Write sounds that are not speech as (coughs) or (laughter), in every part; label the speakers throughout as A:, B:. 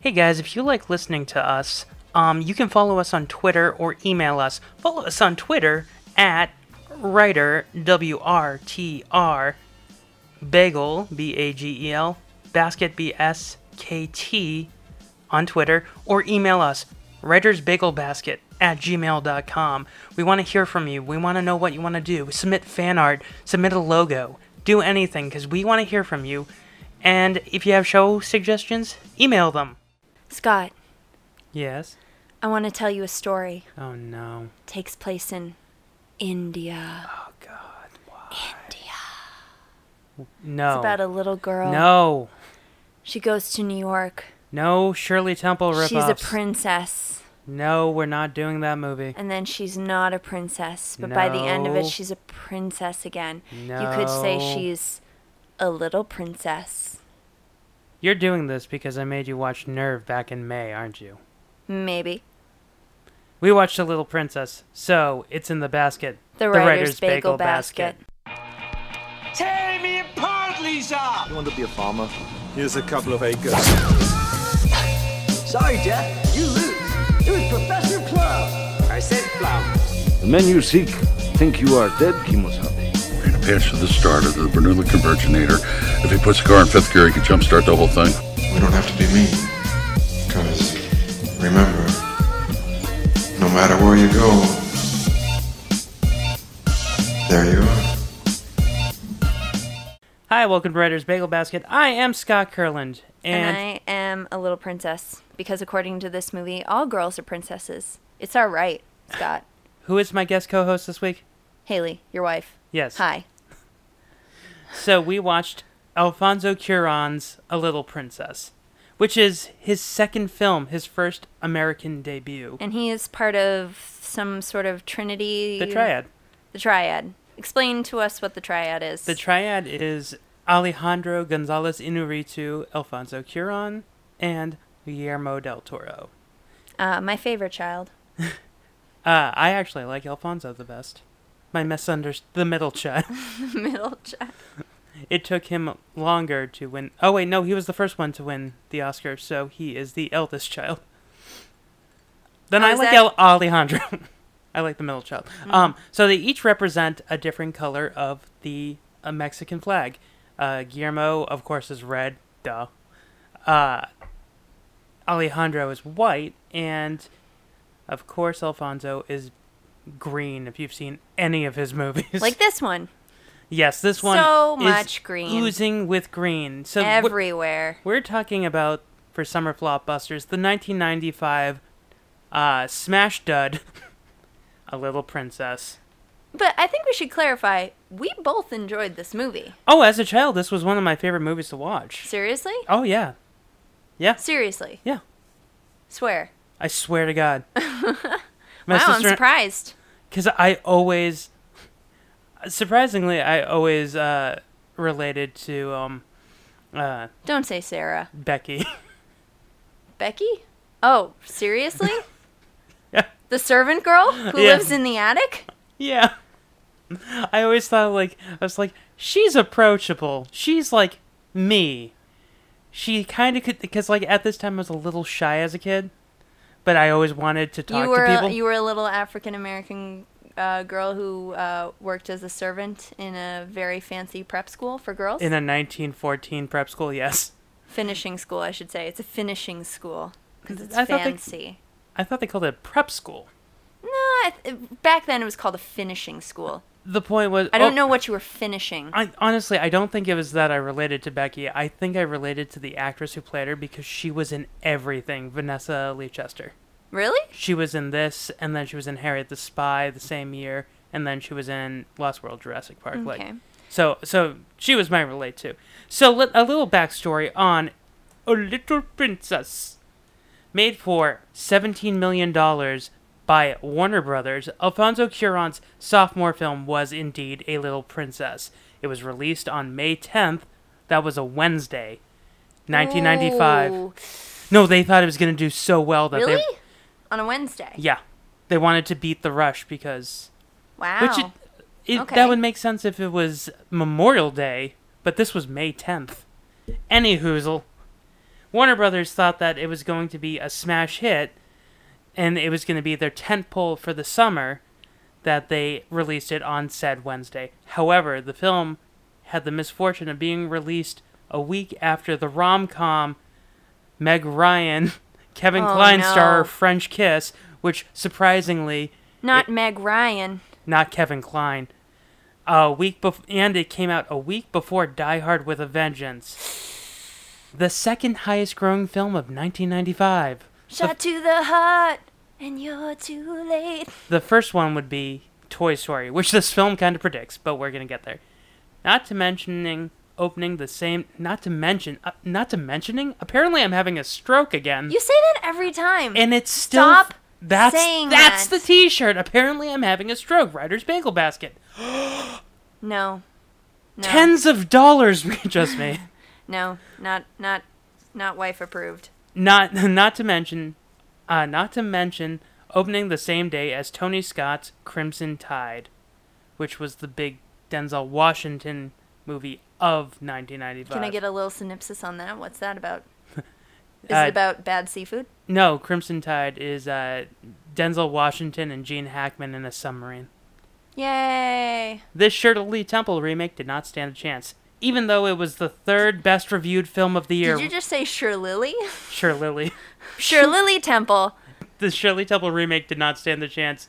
A: Hey guys, if you like listening to us, um, you can follow us on Twitter or email us. Follow us on Twitter at writer w r t r bagel b a g e l basket b s k t on Twitter or email us writersbagelbasket at gmail.com. We want to hear from you. We want to know what you want to do. Submit fan art, submit a logo, do anything because we want to hear from you. And if you have show suggestions, email them.
B: Scott,
A: Yes.
B: I want to tell you a story.
A: Oh no.
B: takes place in India.
A: Oh god. Why? No.
B: It's about a little girl.
A: no.
B: She goes to New York.
A: No Shirley Temple ripoffs.
B: she's a princess.
A: No, we're not doing that movie.
B: And then she's not a princess. But by the end of it,
A: No.
B: she's a princess again. You could say
A: No.
B: she's a little princess.
A: You're doing this because I made you watch Nerve back in May, aren't you?
B: Maybe.
A: We watched The Little Princess, so it's in the basket.
B: The, writer's, bagel, basket.
C: Tear me apart, Lisa!
D: You want to be a farmer? Here's a couple of acres.
C: Sorry, Jeff, you lose. It was Professor Plum. I said Plum.
E: The men you seek think you are dead, Kimosabe.
F: We're gonna pitch to the starter, the Bernoulli Converginator. If he puts a car in fifth gear, he can jumpstart the whole thing.
G: We don't have to be mean. Because, remember, no matter where you go, there you are.
A: Hi, welcome to Writer's Bagel Basket. I am Scott Kurland, and,
B: And I am a little princess. Because according to this movie, all girls are princesses. It's our right, Scott.
A: who is my guest co-host this week?
B: Haley, your wife.
A: Yes.
B: Hi.
A: So we watched Alfonso Cuarón's A Little Princess, which is his second film, his first American debut.
B: And he is part of some sort of trinity.
A: The triad.
B: The triad. Explain to us what the triad is.
A: The triad is Alejandro Gonzalez Inarritu, Alfonso Cuarón, and Guillermo del Toro.
B: uh, my favorite child.
A: Uh, I actually like Alfonso the best. My misunderstood, the middle child.
B: (laughs) Middle child.
A: It took him longer to win. Oh wait, no, he was the first one to win the Oscar, so he is the eldest child. Then
B: How
A: I
B: Oh, is
A: like El-
B: that? Mm-hmm.
A: Alejandro. (laughs) I like the middle child. Um, so they each represent a different color of the uh, Mexican flag. Uh, Guillermo, of course, is red. Duh. Uh, Alejandro is white, and of course, Alfonso is green. If you've seen any of his movies,
B: Like this one.
A: Yes, this one
B: So
A: is
B: much green.
A: oozing with green. So we're-
B: Everywhere.
A: we're talking about for summer flopbusters the 1995 uh, smash dud, (laughs) A Little Princess.
B: But I think we should clarify we both enjoyed this movie.
A: Oh, as a child, this was one of my favorite movies to watch.
B: Seriously?
A: Oh yeah, yeah,
B: Seriously.
A: yeah.
B: Swear.
A: I swear to God.
B: (laughs)
A: My
B: Wow, I'm
A: sister-
B: surprised.
A: because I always, surprisingly, I always uh, related to um, uh,
B: Don't say Sarah.
A: Becky.
B: Becky? Oh, seriously?
A: (laughs) Yeah.
B: The servant girl who
A: Yeah.
B: lives in the attic?
A: Yeah. I always thought like I was like she's approachable. She's like me. She kind of could because like at this time I was a little shy as a kid, but I always wanted to talk
B: you were
A: to people.
B: A, you were a little African American uh, girl who uh, worked as a servant in a very fancy prep school for girls.
A: in a 1914 prep school, yes.
B: finishing school, I should say. It's a finishing school because it's
A: I thought they-
B: fancy.
A: I thought they called it prep school.
B: No, I th- back then it was called a finishing school.
A: The point was
B: I don't
A: oh,
B: know what you were finishing.
A: I honestly I don't think it was that I related to Becky. I think I related to the actress who played her because she was in everything. Vanessa Lee Chester.
B: really?
A: she was in this, and then she was in Harriet the Spy the same year, and then she was in Lost World Jurassic Park.
B: Okay.
A: Like, so so she was my relate to. So let, a little backstory on A Little Princess, made for seventeen million dollars by Warner Brothers. Alfonso Cuarón's sophomore film was indeed A Little Princess. It was released on May tenth. That was a Wednesday, nineteen ninety five.
B: Ooh,
A: No, they thought it was going to do so well that
B: Oh. Really?
A: they
B: On a Wednesday.
A: yeah, they wanted to beat the rush because
B: Wow.
A: which it, it,
B: Okay.
A: that would make sense if it was Memorial Day, but this was May tenth. Any hoozle. Warner Brothers thought that it was going to be a smash hit, and it was going to be their tentpole for the summer that they released it on said Wednesday. However, the film had the misfortune of being released a week after the rom com Meg Ryan, (laughs) Kevin
B: Oh,
A: Kline
B: no.
A: star French Kiss, which surprisingly
B: Not Meg Ryan.
A: not Kevin Klein. A week bef- and it came out a week before Die Hard with a Vengeance, the second highest growing film of 1995.
B: Shot to the heart, and you're too late.
A: The first one would be Toy Story, which this film kind of predicts, but we're gonna get there. Not to mentioning opening the same. Not to mention. Uh, not to mentioning. Apparently, I'm having a stroke again,
B: You say that every time.
A: and it's still.
B: Stop
A: that's
B: saying
A: that's
B: that.
A: the T-shirt. Apparently, I'm having a stroke. Writer's bagel basket.
B: no. No.
A: Tens of dollars (laughs) we just made.
B: No, not not not wife approved.
A: not (laughs) not to mention uh, not to mention opening the same day as Tony Scott's Crimson Tide, which was the big Denzel Washington movie of 1995.
B: Can I get a little synopsis on that? What's that about?
A: (laughs)
B: Is
A: Uh,
B: it about bad seafood?
A: No, Crimson Tide is uh, Denzel Washington and Gene Hackman in a submarine.
B: Yay!
A: This Shirley Temple remake did not stand a chance, even though it was the third best reviewed film of the year.
B: Did you just say
A: (laughs)
B: Sure Lily?
A: Sure, Lily.
B: Sure Lily Temple.
A: the Shirley Temple remake did not stand the chance,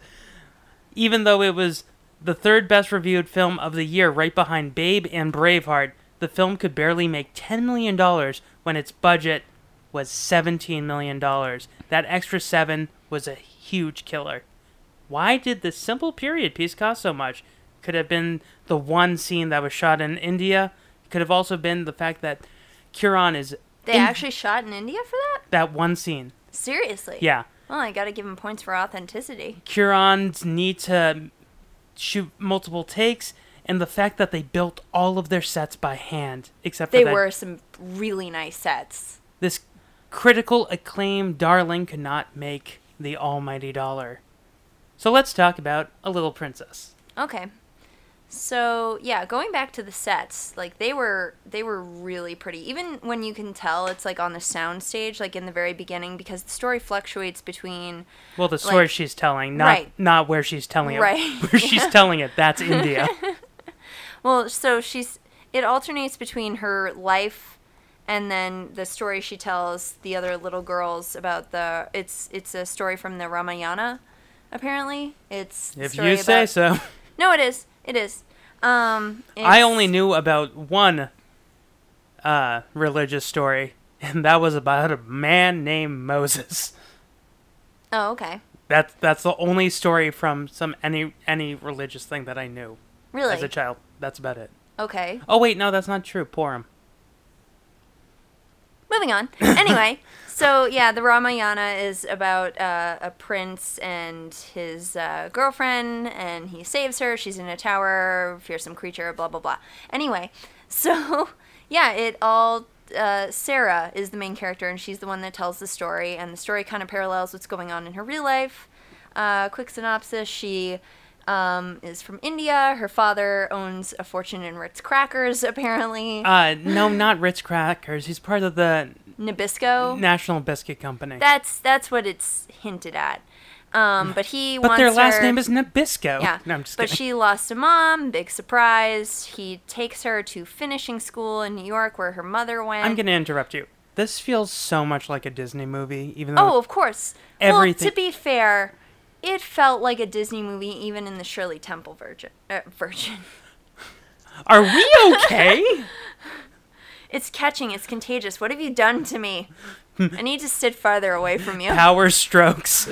A: even though it was the third best reviewed film of the year, right behind Babe and Braveheart. The film could barely make ten million dollars when its budget was seventeen million dollars. That extra seven was a huge killer. Why did this simple period piece cost so much? Could have been the one scene that was shot in India. Could have also been the fact that Kiran is
B: They
A: in
B: actually shot in India for that?
A: that one scene.
B: Seriously?
A: Yeah.
B: Well, I gotta give him points for authenticity.
A: Curons need to shoot multiple takes, and the fact that they built all of their sets by hand, except for
B: They
A: that
B: were some really nice sets.
A: this critical acclaim darling could not make the almighty dollar. So let's talk about A Little Princess.
B: Okay. So yeah, going back to the sets, like they were they were really pretty. Even when you can tell it's like on the sound stage, like in the very beginning, because the story fluctuates between
A: Well, the story
B: Like-
A: she's telling, not
B: Right.
A: not where she's telling it.
B: Right.
A: (laughs) Where she's telling it, that's
B: (laughs)
A: India.
B: Well, so she's it alternates between her life and then the story she tells the other little girls about the it's it's a story from the Ramayana apparently. It's the
A: if
B: story
A: you say
B: about-
A: so.
B: No, it is. It is. Um
A: I
B: it's-
A: only knew about one uh, religious story, and that was about a man named Moses.
B: Oh, okay.
A: That's that's the only story from some any any religious thing that I knew
B: Really?
A: as a child. That's about it.
B: okay.
A: Oh wait, no, that's not true. Purim.
B: Moving on. Anyway, so yeah, the Ramayana is about uh, a prince and his uh, girlfriend, and he saves her. She's in a tower, fearsome creature, blah blah blah. Anyway, (laughs) so yeah, it all. Uh, Sarah is the main character, and she's the one that tells the story, and the story kind of parallels what's going on in her real life. Uh, quick synopsis: She um, is from India. Her father owns a fortune in Ritz crackers, apparently.
A: Uh,
B: (laughs)
A: no, not Ritz crackers. He's part of the
B: Nabisco.
A: National Biscuit Company.
B: That's that's what it's hinted at. Um, but he
A: but
B: wants
A: their last
B: her-
A: name is Nabisco.
B: yeah.
A: (laughs) No, I'm just
B: but
A: kidding.
B: she lost a mom. Big surprise. He takes her to finishing school in New York, where her mother went.
A: I'm gonna interrupt you. This feels so much like a Disney movie, even though
B: Oh, of course.
A: Everything-
B: Well, to be fair, it felt like a Disney movie, even in the Shirley Temple version. Uh, version. Oh.
A: are we okay?
B: (laughs) It's catching. It's contagious. What have you done
A: (laughs)
B: to me? I need to sit farther away from you.
A: Power strokes.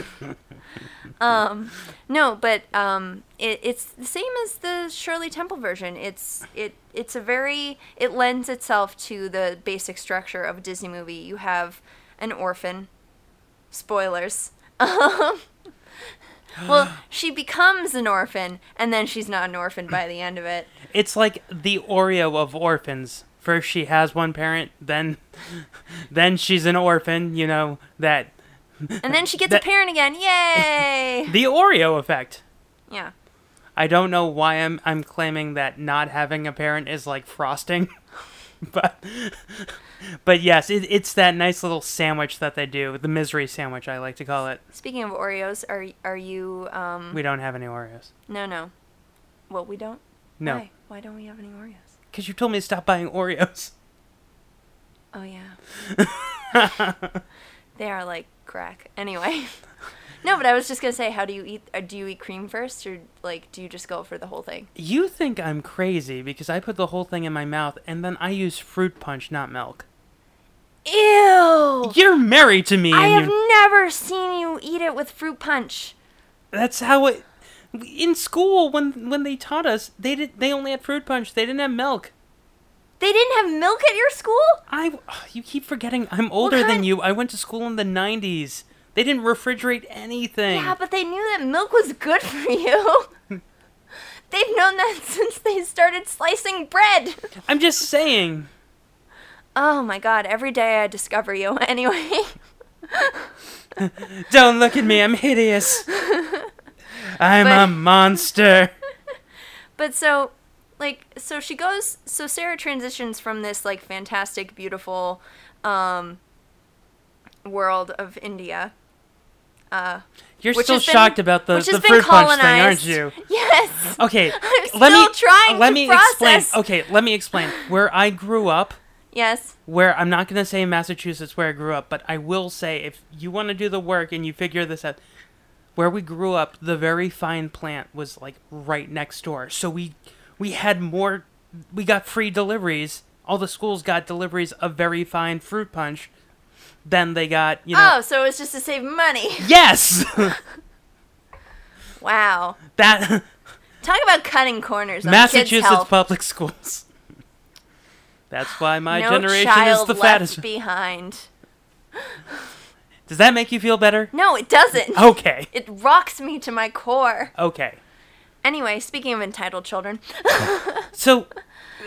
B: No, but um, it, it's the same as the Shirley Temple version. It's it it's a very it lends itself to the basic structure of a Disney movie. You have an orphan. Spoilers. (laughs) well, she becomes an orphan, and then she's not an orphan by the end of it.
A: It's like the Oreo of orphans. First she has one parent, then (laughs) then she's an orphan, you know, that
B: And then she gets
A: That-
B: a parent again. Yay! (laughs)
A: the Oreo effect.
B: yeah.
A: I don't know why I'm I'm claiming that not having a parent is like frosting. (laughs) but but yes, it, it's that nice little sandwich that they do, the misery sandwich I like to call it.
B: Speaking of Oreos, are are you? Um,
A: We don't have any Oreos.
B: no, no. Well, we don't.
A: No,
B: Why? Why don't we have any Oreos?
A: because you told me to stop buying Oreos.
B: Oh yeah.
A: (laughs)
B: they are like crack. Anyway. (laughs) No, but I was just gonna say, how do you eat? Or do you eat cream first, or like, do you just go for the whole thing?
A: You think I'm crazy because I put the whole thing in my mouth and then I use fruit punch, not milk.
B: Ew!
A: You're married to me,
B: I
A: and
B: have
A: you,
B: never seen you eat it with fruit punch.
A: that's how it. In school, when when they taught us, they did they only had fruit punch. They didn't have milk.
B: They didn't have milk at your school?
A: I (sighs) ugh, you keep forgetting I'm older than
B: kind-
A: you. I went to school in the 90s. They didn't refrigerate anything.
B: Yeah, but they knew that milk was good for you. (laughs) They've known that (laughs) since they started slicing
A: (laughs)
B: bread.
A: I'm just saying.
B: Oh my god, every day I discover you. (laughs) Anyway,
A: Don't look at me. I'm
B: (laughs)
A: hideous. I'm a
B: But-
A: monster.
B: but so like so she goes so Sarah transitions from this like fantastic beautiful um world of India
A: You're
B: Which
A: still
B: has been-
A: shocked about the,
B: which has
A: the
B: been
A: fruit punch thing, aren't
B: colonized.
A: you?
B: (laughs) Yes.
A: Okay,
B: I'm
A: let
B: still
A: me
B: trying
A: let
B: to
A: me
B: process.
A: explain. Okay, let me explain. Where I grew up,
B: Yes.
A: where I'm not going to say Massachusetts where I grew up, but I will say if you want to do the work and you figure this out, where we grew up, the very fine plant was like right next door. So we we had more we got free deliveries. All the schools got deliveries of very fine fruit punch Then they got, you know,
B: Oh, so it was just to save money. (laughs)
A: yes. (laughs)
B: Wow.
A: that
B: Talk about cutting corners on kids'
A: Massachusetts
B: health.
A: public schools. That's why my
B: no
A: generation
B: child
A: is the
B: left
A: fattest.
B: behind.
A: Does that make you feel better?
B: No, it doesn't.
A: Okay.
B: It rocks me to my core.
A: Okay.
B: Anyway, speaking of entitled children,
A: So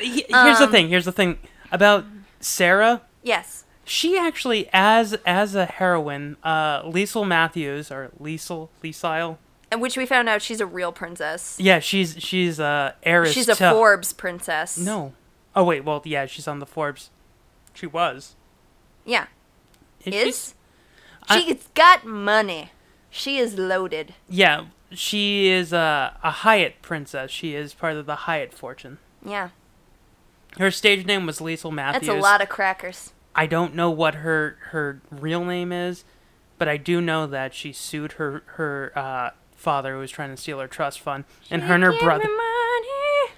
A: he- here's
B: Um,
A: the thing. Here's the thing about Sarah.
B: yes.
A: She actually, as as a heroine, uh, Liesel Matthews or Liesel Liesel.
B: And which we found out she's a real princess.
A: Yeah, she's she's uh, heiress.
B: She's a
A: to-
B: Forbes princess.
A: No. Oh wait. Well, yeah, she's on the Forbes. She was.
B: Yeah.
A: she?
B: Is?
A: Uh,
B: She's got money. She is loaded.
A: Yeah, she is a a Hyatt princess. She is part of the Hyatt fortune.
B: Yeah.
A: Her stage name was Liesel Matthews.
B: That's a lot of crackers.
A: I don't know what her her real name is, but I do know that she sued her her uh, father who was trying to steal her trust fund, and her and her
B: Give me
A: brother
B: money.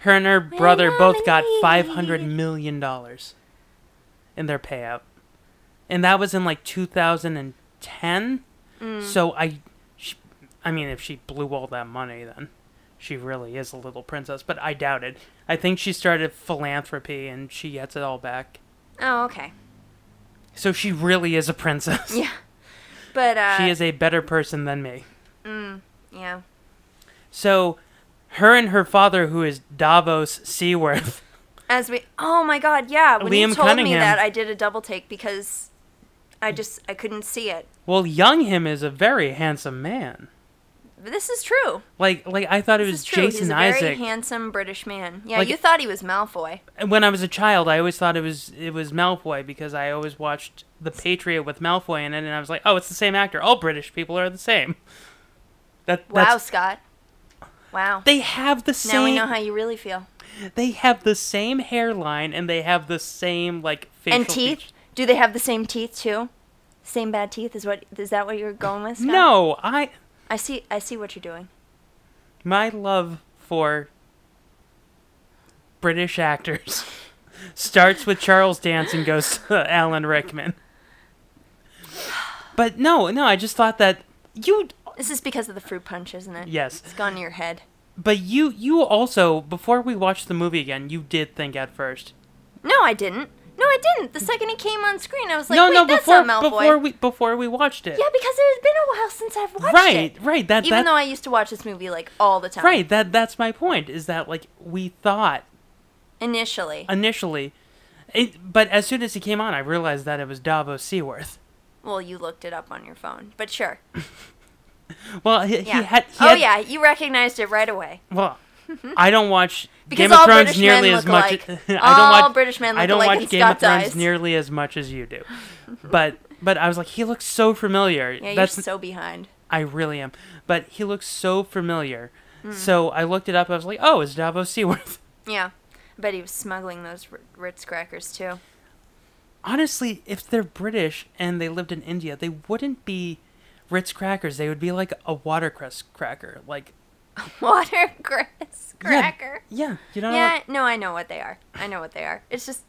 A: her and her brother both got
B: money.
A: five hundred million dollars in their payout, and that was in like two thousand and ten. So I, she, I mean, if she blew all that money, then she really is a little princess. But I doubt it. I think she started philanthropy, and she gets it all back.
B: Oh, okay.
A: So she really is a princess.
B: Yeah. But, uh.
A: she is a better person than me.
B: Yeah.
A: So, her and her father, who is Davos Seaworth, (laughs)
B: As we. Oh my god, yeah. When
A: Liam
B: you told me
A: Cunningham.
B: that, I did a double take because I just. I couldn't see it.
A: well, young him is a very handsome man.
B: But this is true.
A: Like, like I thought it
B: This
A: was
B: is true.
A: Jason
B: He's a very
A: Isaac.
B: handsome British man. Yeah,
A: Like-
B: you thought he was Malfoy.
A: And when I was a child, I always thought it was it was Malfoy because I always watched The Patriot with Malfoy in it, and I was like, oh, it's the same actor. All British people are the same. That
B: Wow,
A: that's
B: Scott. Wow.
A: they have the same.
B: Now we know how you really feel.
A: they have the same hairline and they have the same like facial
B: and teeth?
A: features.
B: Do they have the same teeth too? Same bad teeth is what is that what you're going with? Scott?
A: No, I
B: I see. I see what you're doing.
A: my love for British
B: (laughs)
A: actors starts with Charles Dance and goes to (laughs) Alan Rickman. But no, no, I just thought that you
B: This is because of the fruit punch, isn't it?
A: yes,
B: It's gone to your head.
A: but you you also before we watched the movie again, you did think at first.
B: No, I didn't. No, I didn't. The second it came on screen, I was like,
A: no,
B: wait,
A: no,
B: that's
A: before
B: not Malfoy.
A: before we before we watched it.
B: yeah, because it has been a while since I've watched
A: right,
B: it.
A: right. That
B: Even
A: that,
B: though I used to watch this movie like all the time.
A: right. That that's my point. Is that like we thought
B: Initially.
A: initially, it, but as soon as he came on, I realized that it was Davos Seaworth.
B: Well, you looked it up on your phone, but sure.
A: Well, he,
B: Yeah.
A: he had. He
B: oh
A: had,
B: yeah, you recognized it right away. (laughs)
A: Well, I don't watch
B: Because
A: Game of
B: all
A: Thrones
B: British
A: nearly
B: men
A: as
B: look
A: much.
B: alike.
A: (laughs) I
B: All
A: don't watch
B: British men
A: I
B: look
A: don't
B: alike
A: watch
B: and
A: Game
B: Scott
A: of Thrones
B: dies.
A: nearly as much as you do, but but I was like, he looks so familiar.
B: Yeah,
A: That's
B: you're so behind.
A: I really am, but he looks so familiar.
B: Hmm.
A: So I looked it up. I was like, oh, it's Davos Seaworth. (laughs)
B: Yeah. But he was smuggling those Ri- Ritz crackers too.
A: Honestly, if they're British and they lived in India, they wouldn't be Ritz crackers. They would be like a watercress cracker. Like
B: (laughs) Watercress
A: (laughs) yeah,
B: cracker.
A: Yeah, you know.
B: Yeah, no, I know what they are. I know what they are. It's just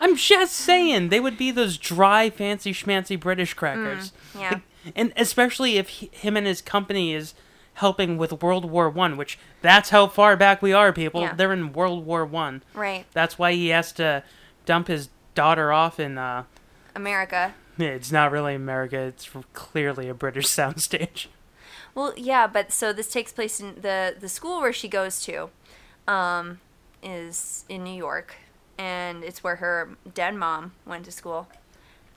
A: I'm just saying they would be those dry, fancy, schmancy British crackers.
B: yeah.
A: (laughs) Like, and especially if he, him and his company is helping with World War One, which that's how far back we are, people.
B: Yeah.
A: They're in World War One.
B: right.
A: That's why he has to dump his daughter off in. Uh, (laughs)
B: America.
A: it's not really America. It's clearly a British (laughs) soundstage.
B: Well, yeah, but so this takes place in the the school where she goes to, um, is in New York, and it's where her dead mom went to school.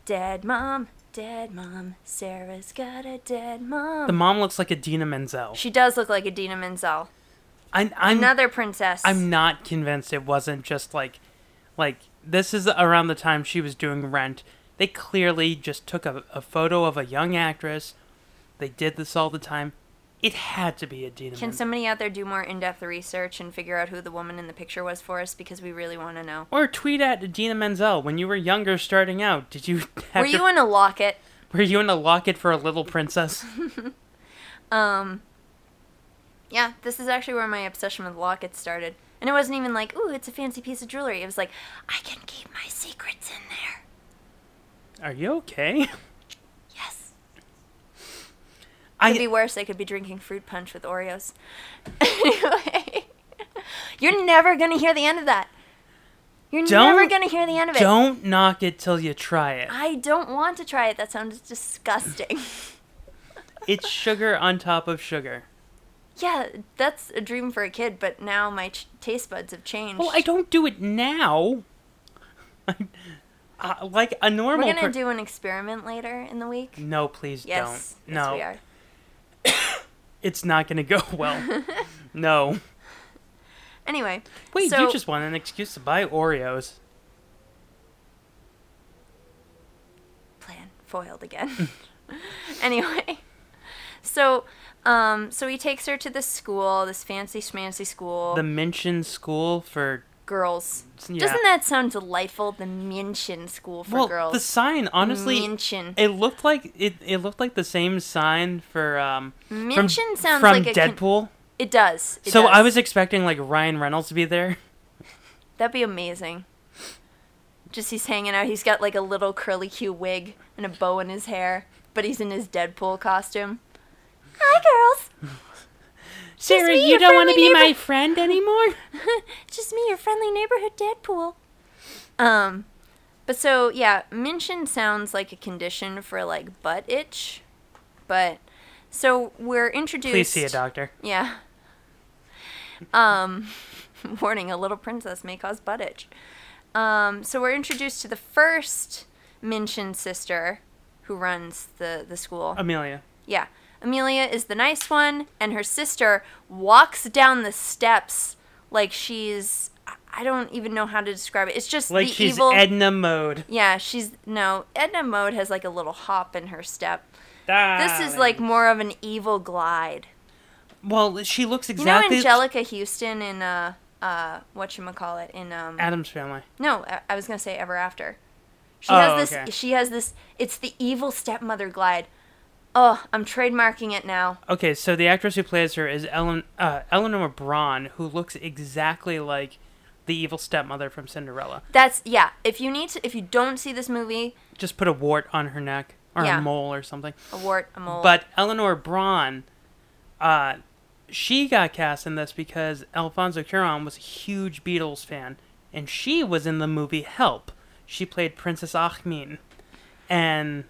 B: Dead mom, dead mom, Sarah's got a dead mom.
A: The mom looks like Adina Menzel.
B: she does look like Adina Menzel,
A: I, I'm
B: another princess.
A: I'm not convinced it wasn't just like, like this is around the time she was doing Rent. They clearly just took a, a photo of a young actress. They did this all the time. It had to be Adina.
B: Can
A: Menzel.
B: somebody out there do more in-depth research and figure out who the woman in the picture was for us? Because we really want to know.
A: or tweet at Adina Menzel when you were younger, starting out. Did you have
B: Were
A: your-
B: you in a locket?
A: were you in a locket for a little
B: (laughs)
A: princess?
B: Yeah, this is actually where my obsession with lockets started. And it wasn't even like, ooh, it's a fancy piece of jewelry. It was like, I can keep my secrets in there.
A: Are you okay?
B: Yes. Could
A: I
B: be worse. I could be drinking fruit punch with Oreos. (laughs) anyway, you're never going to hear the end of that. You're never
A: Don't-
B: going to hear the end of it.
A: don't knock it till you try
B: (laughs)
A: it.
B: I don't want to try it. That sounds disgusting. (laughs)
A: It's sugar on top of sugar.
B: yeah, that's a dream for a kid, but now my ch- taste buds have changed.
A: Well, I don't do it (laughs) now. uh, like a normal.
B: We're going to
A: per-
B: do an experiment later in the week.
A: No, please
B: Yes.
A: don't.
B: yes,
A: No,
B: we are.
A: it's not going to go (laughs)
B: (laughs)
A: well. no.
B: Anyway.
A: Wait,
B: so-
A: you just want an excuse to buy Oreos.
B: plan foiled again. (laughs) anyway, so um, so he takes her to this school, this fancy schmancy school.
A: The Minchin School for
B: girls.
A: yeah.
B: Doesn't that sound delightful? The Minchin School for
A: well,
B: Girls.
A: the sign honestly,
B: Minchin.
A: it looked like it. It looked like the same sign for um. from-
B: Minchin sounds
A: from
B: like a con-
A: Deadpool.
B: it does. It
A: so
B: does.
A: I was expecting like Ryan Reynolds to be there.
B: That'd be amazing. Just he's hanging out. He's got like a little curly Q wig and a bow in his hair, but he's in his Deadpool costume. Hi, girls.
A: Sarah,
B: me,
A: you
B: your
A: don't want to
B: friendly
A: be my
B: neighbor.
A: friend
B: (laughs)
A: anymore.
B: just me, your friendly neighborhood Deadpool. Um, but so yeah, mention sounds like a condition for like butt itch, but so we're introduced.
A: Please see a doctor.
B: Yeah. Um, (laughs) warning: a little princess may cause butt itch. Um, so we're introduced to the first Minchin sister, who runs the the school.
A: Amelia.
B: Yeah. Amelia is the nice one, and her sister walks down the steps like she's. I- I don't even know how to describe it. It's just
A: Like
B: the
A: she's
B: evil.
A: Edna mode.
B: yeah, she's. No, Edna Mode has like a little hop in her step. This is
A: Darling.
B: like more of an evil glide.
A: Well, she looks
B: You
A: exactly.
B: know Angelica Houston in, uh, uh, whatchamacallit, in, um.
A: Adam's family.
B: No, I- I was gonna say Ever After. She
A: Oh,
B: has this.
A: okay.
B: She has this. It's the evil stepmother glide. Oh, I'm trademarking it now.
A: Okay, so the actress who plays her is Ellen uh, Eleanor Braun, who looks exactly like the evil stepmother from Cinderella.
B: That's yeah. If you need to, if you don't see this movie,
A: Just put a wart on her neck or
B: Yeah.
A: a mole or something.
B: a wart, a mole.
A: But Eleanor Braun, uh, she got cast in this because Alfonso Cuarón was a huge Beatles fan, and she was in the movie Help. She played Princess Achmin, and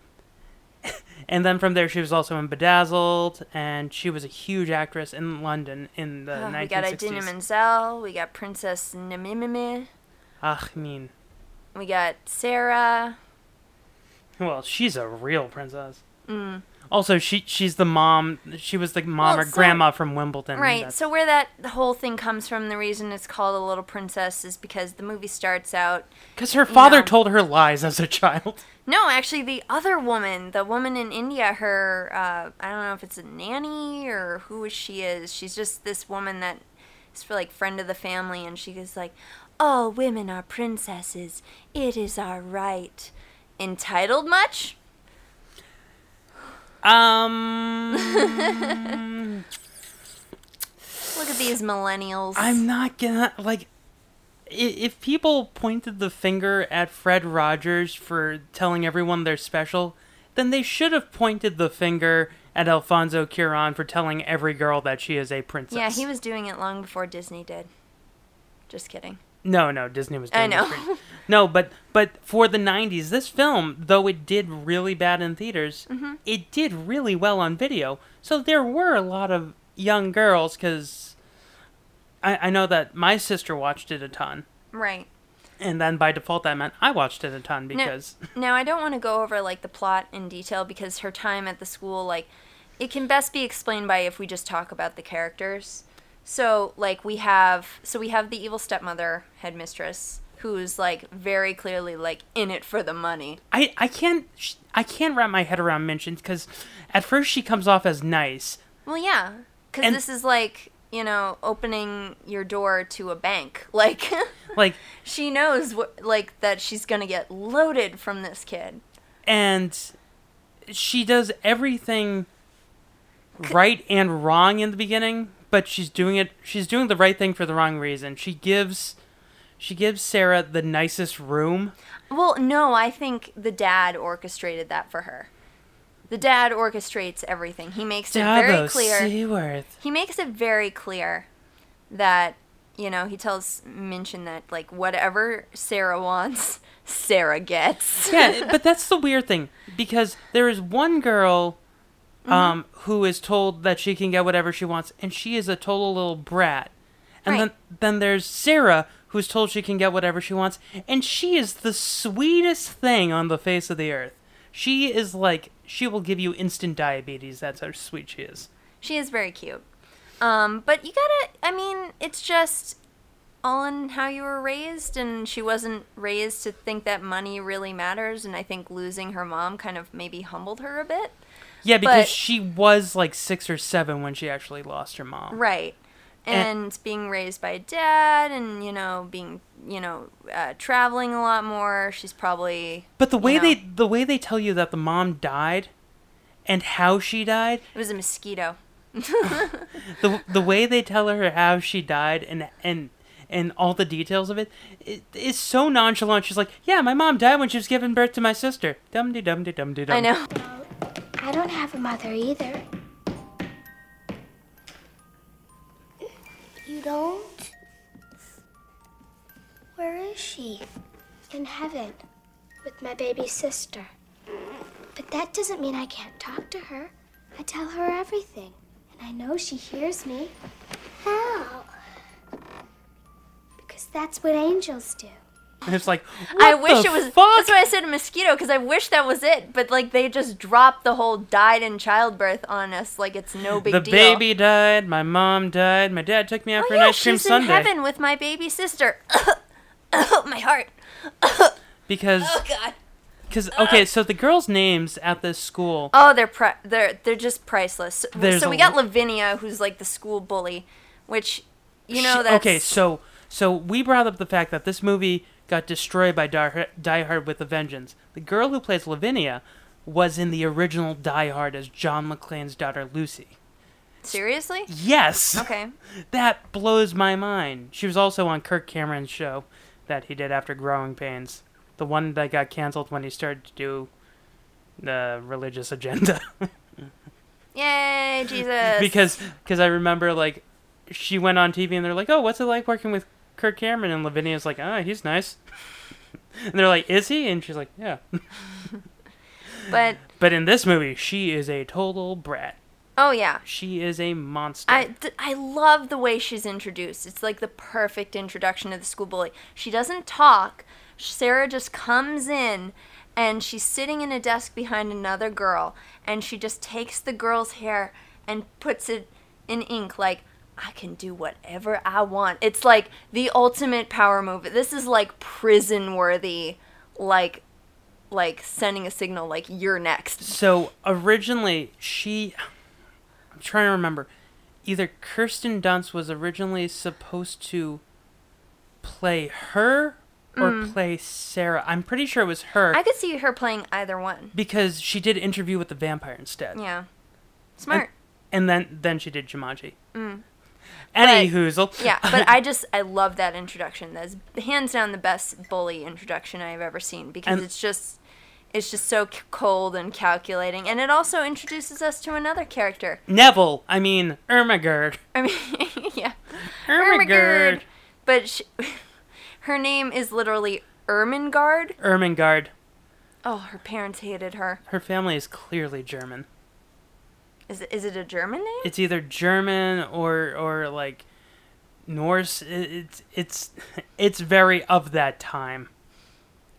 A: (laughs) and then from there she was also in Bedazzled, and she was a huge actress in London in the
B: Oh, we got
A: 1960s.
B: Idina Menzel. We got Princess Namimimi.
A: Achmin.
B: We got Sarah.
A: Well, she's a real princess. Also, she she's the mom. She was the mom
B: Mm.
A: or
B: Well, so-
A: grandma from Wimbledon.
B: Right.
A: Mm, That's-
B: So where that whole thing comes from, the reason it's called A Little Princess is because the movie starts out.
A: Because her father
B: know.
A: told her lies as a child.
B: No, actually, the other woman, the woman in India, her uh, I don't know if it's a nanny or who she is. She's just this woman that is for like friend of the family, and she is like, "All women are princesses. It is our right." Entitled much?
A: Um,
B: Look at these millennials.
A: I'm not gonna like. i- If people pointed the finger at Fred Rogers for telling everyone they're special, then they should have pointed the finger at Alfonso Cuarón for telling every girl that she is a princess.
B: yeah, he was doing it long before Disney did. Just kidding.
A: No, no, Disney was. Doing
B: I know.
A: this for- No, but but for the '90s, this film, though it did really bad in theaters,
B: Mm-hmm.
A: it did really well on video. So there were a lot of young girls because I, I know that my sister watched it a ton,
B: Right.
A: and then by default that meant I watched it a ton because
B: Now I don't want to go over like the plot in detail because her time at the school like it can best be explained by if we just talk about the characters. So like we have so we have the evil stepmother headmistress who's like very clearly like in it for the money.
A: I I can't sh- I can't wrap my head around mentions because at first she comes off as nice,
B: Well, yeah, cuz
A: And-
B: this is like, you know, opening your door to a bank. (laughs) Like
A: like
B: she knows what like that she's going to get loaded from this kid.
A: and she does everything right and wrong in the beginning but she's doing it she's doing the right thing for the wrong reason she gives she gives sarah the nicest room
B: Well, no, I think the dad orchestrated that for her. The dad orchestrates everything. He makes it very
A: Davos
B: clear.
A: Seaworth.
B: He makes it very clear that, you know, he tells Minchin that, like, whatever Sarah wants, (laughs) Sarah gets. (laughs)
A: yeah but that's the weird thing because there is one girl
B: Mm-hmm.
A: um, who is told that she can get whatever she wants and she is a total little brat and
B: Right.
A: then then there's sarah who's told she can get whatever she wants and she is the sweetest thing on the face of the earth she is like she will give you instant diabetes that's how sweet she is
B: She is very cute. Um, but you gotta, I mean, it's just all in how you were raised, and she wasn't raised to think that money really matters, and I think losing her mom kind of maybe humbled her a bit.
A: yeah because
B: But-
A: she was like six or seven when she actually lost her mom
B: Right.
A: And-
B: And, being raised by a dad and, you know, being, you know, uh, traveling a lot more. She's probably.
A: but the
B: you
A: way
B: know,
A: they
B: It
A: the way they tell you that the mom died and how she died
B: was a mosquito.
A: the the way they tell her how she died and and and all the details of it is so nonchalant. She's like, "Yeah, my mom died when she was giving birth to my sister." Dum de dum de dum de dum.
B: I know.
H: I don't have a mother either. You don't? Where is she? In heaven, with my baby sister. But that doesn't mean I can't talk to her. I tell her everything, and I know she hears me. How? Because that's what angels do.
A: And it's like,
B: I
A: "What
B: wish
A: the
B: it was.
A: fuck?"
B: That's why I said a mosquito because I wish that was it. But like they just dropped the whole died in childbirth on us like it's no big
A: the
B: deal.
A: baby died. My mom died. My dad took me out
B: Oh
A: for an
B: yeah,
A: ice cream
B: she's in
A: sundae
B: heaven with my baby sister. (coughs) my heart.
A: because
B: Oh god.
A: because okay, so the girls' names at this school.
B: Oh, they're pri- they're they're just priceless.
A: There's
B: so
A: a
B: we got
A: lo-
B: Lavinia, who's like the school bully, which you
A: She-
B: know that's
A: okay so so we brought up the fact that this movie got destroyed by Dar- die hard with a vengeance the girl who plays lavinia was in the original die hard as john mcclane's daughter lucy
B: seriously.
A: yes
B: Okay,
A: (laughs) that blows my mind she was also on kirk cameron's show that he did after growing pains the one that got canceled when he started to do the religious agenda (laughs)
B: yay Jesus.
A: because because I remember like she went on TV and they're like, "Oh, what's it like working with Kirk Cameron?" And Lavinia's like, "Ah, he's nice." (laughs) and they're like, "Is he?" And she's like, "Yeah." (laughs)
B: but
A: But in this movie, she is a total brat.
B: oh yeah,
A: She is a monster.
B: I, th- I love the way she's introduced. It's like the perfect introduction to the school bully. She doesn't talk. Sarah just comes in and she's sitting in a desk behind another girl and she just takes the girl's hair and puts it in ink like I can do whatever I want. It's like the ultimate power move. This is like prison worthy like like sending a signal like you're next.
A: So originally, she. I'm trying to remember. Either Kirsten Dunst was originally supposed to play her or play Sarah. I'm pretty sure it was her
B: Mm. I could see her playing either one.
A: because she did interview with the vampire instead.
B: Yeah. Smart.
A: And then then she did Jumanji. Any
B: Mm. But-
A: hoozle. (laughs)
B: yeah, but I just I love that introduction. That's hands down the best bully introduction I've ever seen because
A: And-
B: it's just it's just so c- cold and calculating, and it also introduces us to another character.
A: Neville. I mean Ermagerd.
B: I mean, (laughs) yeah,
A: Ermagerd.
B: But she, (laughs) her name is literally Ermengarde.
A: Ermengard.
B: Oh, her parents hated her.
A: Her family is clearly German.
B: Is it, is it a German name?
A: It's either German or or like Norse. It- It's it's (laughs) it's very of that time.